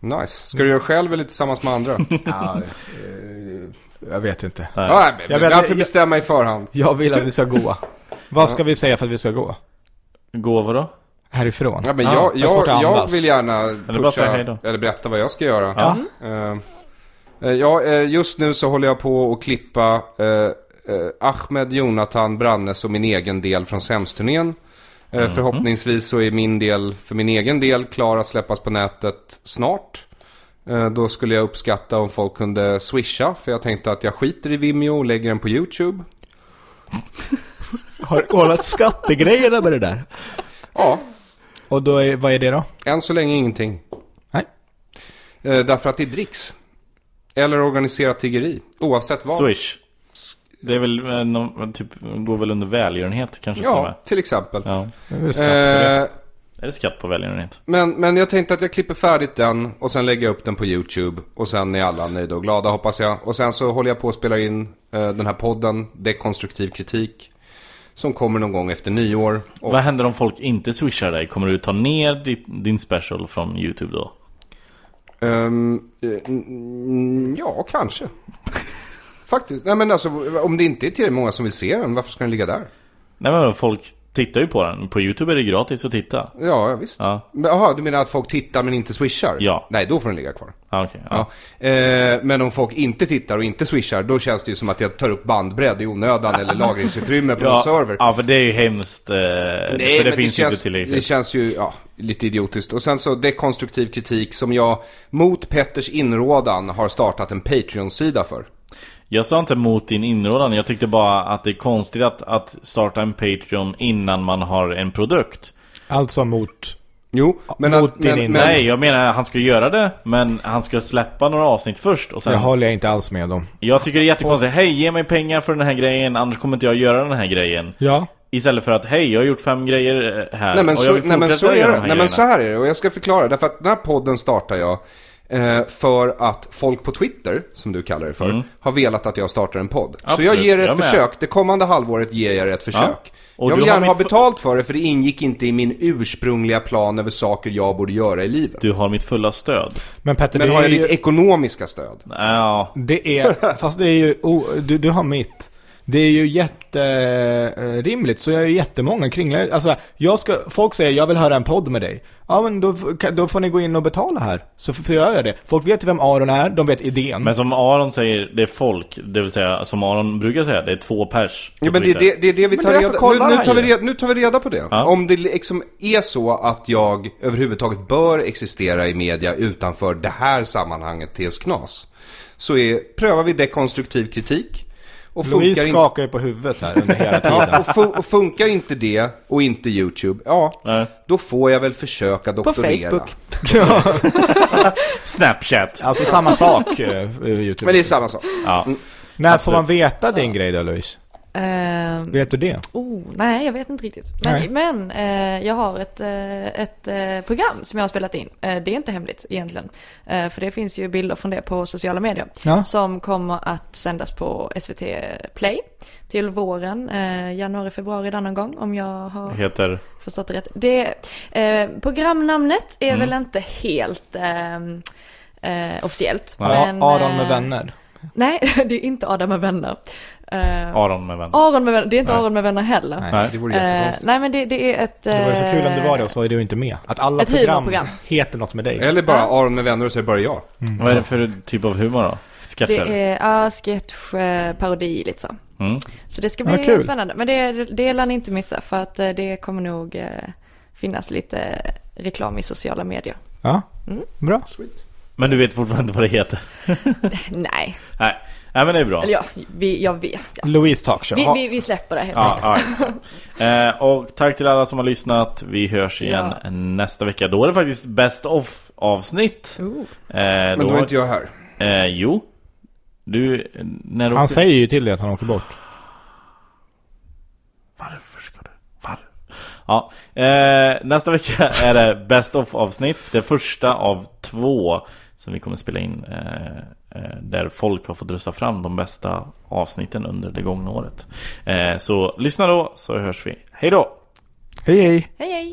S3: Nice. Ska du göra själv eller tillsammans med andra?
S2: ja eh, jag vet inte.
S3: Ja, men,
S2: Jag
S3: jag
S2: vet-
S3: får
S2: jag-
S3: bestämma i förhand.
S2: Jag vill att vi ska gå. Vad ska vi säga för att vi ska gå?
S1: Gå vadå?
S2: Härifrån?
S3: Ja, men
S1: Ja,
S3: jag,
S2: det är svårt
S3: jag,
S2: att
S3: jag
S2: andas.
S3: vill gärna
S1: bara
S3: pusha,
S1: säga hej då.
S3: eller, berätta vad jag ska göra.
S2: Mm.
S3: Eh, eh, ja, eh, just nu så håller jag på att klippa eh, eh, Ahmed, Jonathan, Brannes och min egen del från SEMS-turnén. Eh,
S1: Mhm.
S3: Förhoppningsvis så är min del, för min egen del, klar att släppas på nätet snart. Eh, Då skulle jag uppskatta om folk kunde swisha, för jag tänkte att jag skiter i Vimeo och lägger den på YouTube.
S2: Har du kollat skattegrejerna med det där?
S3: Ja,
S2: Och då, är, vad är det då?
S3: än så länge ingenting.
S2: Nej.
S3: Eh, Därför att det dricks. Eller organiserat tiggeri. Oavsett vad.
S1: Swish. Det är väl, eh, någon, typ, går väl under välgörenhet kanske till och med.
S3: Ja, till exempel.
S1: Ja.
S2: Det är väl skatt på det.
S3: Eh,
S1: Är det skatt på välgörenhet?
S3: men, men jag tänkte att jag klipper färdigt den och sen lägger jag upp den på YouTube. Och sen är alla nöjda och glada hoppas jag. Och sen så håller jag på att spela in eh, den här podden, Dekonstruktiv kritik. Som kommer någon gång efter nyår. Och
S1: Vad händer om folk inte swishar dig? Kommer du ta ner ditt, din special från YouTube då?
S3: Ehm, eh, mm, ja, kanske. Faktiskt. Nej men alltså om det inte är tillräckligt många som vill se den, varför ska den ligga där?
S1: Nej men folk tittar ju på den. På YouTube är det gratis att titta.
S3: Ja, ja, visst.
S1: Ja.
S3: Men, aha, du menar att folk tittar men inte swishar?
S1: Ja.
S3: Nej, då får den ligga kvar.
S1: Ah, okej. ja.
S3: Ja. Eh, men om folk inte tittar och inte swishar, då känns det ju som att jag tar upp bandbredd i onödan eller lagringsutrymme på en server.
S1: ja, för det är ju hemskt. Eh, för det
S3: men
S1: finns ju
S3: känns,
S1: inte tillräckligt.
S3: Det känns ju ja, lite idiotiskt. Och sen så dekonstruktiv kritik som jag mot Petters inrådan har startat en Patreon-sida för.
S1: Jag sa inte emot din inrådan, jag tyckte bara att det är konstigt att, att starta en Patreon innan man har en produkt.
S2: Alltså mot...
S3: Jo, men
S2: mot
S3: att...
S2: din
S3: Men,
S2: inrådan.
S3: men,
S1: Nej, jag menar han ska göra det, men han ska släppa några avsnitt först och sen...
S2: Det håller jag inte alls med om.
S1: Jag tycker det är jättekonstigt, hej ge mig pengar för den här grejen, annars kommer inte jag göra den här grejen.
S2: Ja.
S1: Istället för att, hej jag har gjort fem grejer eh, här
S3: Nej men,
S1: och
S3: så,
S1: jag vill
S3: nej, men så
S1: fortsätta
S3: är
S1: göra
S3: det.
S1: de här
S3: Nej men så
S1: grejerna.
S3: här är det. Och jag ska förklara. Därför att den här podden startar jag eh, för att folk på Twitter, som du kallar det för, har velat att jag startar en podd.
S1: Mm. Absolut,
S3: så jag ger er ett
S1: jag med.
S3: försök. Det kommande halvåret ger jag er ett försök.
S1: Och
S3: jag
S1: du
S3: vill
S1: har
S3: gärna ha
S1: mitt för-
S3: betalt för det, för det ingick inte i min ursprungliga plan över saker jag borde göra i livet.
S1: Du har mitt fulla stöd.
S2: Men Petter,
S3: Men
S2: det
S3: har
S2: är
S3: jag ditt
S2: ju...
S3: ekonomiska stöd?
S1: Ja,
S2: Det är... Fast det är ju... Oh, du, du har mitt. Det är ju jätterimligt, så jag är ju jättemånga kringlor. Alltså, jag ska, folk säger jag vill höra en podd med dig. Ja men då, f- kan- då får ni gå in och betala här, så f- får jag göra det. Folk vet ju vem Aron är, de vet idén.
S1: Men som Aron säger, det är folk. Det vill säga, som Aron brukar säga, det är två pers.
S3: Ja, men det, är det, det är det vi
S2: Men
S3: tar
S2: därför
S3: reda
S2: kollar
S3: nu, nu,
S2: han
S3: tar vi
S2: ju.
S3: reda, nu tar vi reda på det. Om det liksom är så att jag överhuvudtaget bör existera i media utanför det här sammanhanget TS Knas. Så är, prövar vi dekonstruktiv kritik. Och
S2: Louise
S3: in-
S2: skakar ju på huvudet här under hela
S3: Ja,
S2: tiden.
S3: och, fu- och funkar inte det och inte YouTube, ja, då får jag väl försöka doktorera.
S4: Facebook.
S1: Snapchat.
S2: Alltså samma sak, eh, YouTube.
S3: Men det är samma sak.
S1: Ja.
S2: När får man veta din grej då Louise?
S4: Ehm,
S2: Vet du det?
S4: Oh, nej, jag vet inte riktigt. Men, men eh, jag har ett, eh, ett eh, program som jag har spelat in. Eh, det är inte hemligt egentligen. Eh, för det finns ju bilder från det på sociala medier.
S2: Ja.
S4: Som kommer att sändas på SVT Play till våren. Eh, januari, februari där någon gång om jag har
S1: Heter...
S4: förstått det rätt. Det, eh, programnamnet är
S2: Mm.
S4: väl inte helt ehm, eh, officiellt.
S2: Ja, Aron
S4: eh,
S2: med vänner.
S4: Nej, det är inte Adam med vänner. Eh,
S1: Aron med vän.
S4: Aron med vänner, det är inte
S1: Nej.
S4: Aron med vänner heller.
S2: Nej.
S1: Nej.
S3: Det vore
S4: Eh,
S3: jättekonstigt.
S4: nej men det, det är ett...
S2: Det var ju så kul om det var det och så är du inte med. Att alla
S4: Ett
S2: program
S4: humorprogram.
S2: heter något med dig.
S3: Eller bara Aron med vänner och så är det bara jag.
S1: Vad är det för typ av humor då? Sketcher?
S4: eh, Det är ja, sketch, eh, parodi lite så.
S1: Mm.
S4: Så det ska
S2: Ja,
S4: bli
S2: kul.
S4: spännande. Men det, det lär ni inte missa för att eh, det kommer nog eh, finnas lite reklam i sociala medier.
S2: Ja,
S4: Mm.
S2: bra.
S1: Men du vet fortfarande inte vad det heter?
S4: Nej,
S1: Nej. Nej men det är bra.
S4: eller ja, vi, jag vet. Ja.
S2: Louise Talkshow.
S4: Vi,
S2: Ha-
S4: vi, vi släpper det helt
S1: Ja,
S4: enkelt.
S1: ja, exakt. eh, och tack till alla som har lyssnat. Vi hörs igen nästa vecka. Då är det faktiskt best of avsnitt. Eh,
S3: Men då är inte jag här.
S1: Eh, jo. Du, när du
S2: Han
S1: åker-
S2: säger ju till dig att han åker bort.
S1: Varför ska du? Varför? Ja, eh, nästa vecka är det Best of avsnitt. Det första av två som vi kommer spela in. Eh, eh, där folk har fått rösta fram de bästa avsnitten under det gångna året. Eh, så lyssna då så hörs vi. Hej då!
S2: Hej hej!
S4: Hej hej!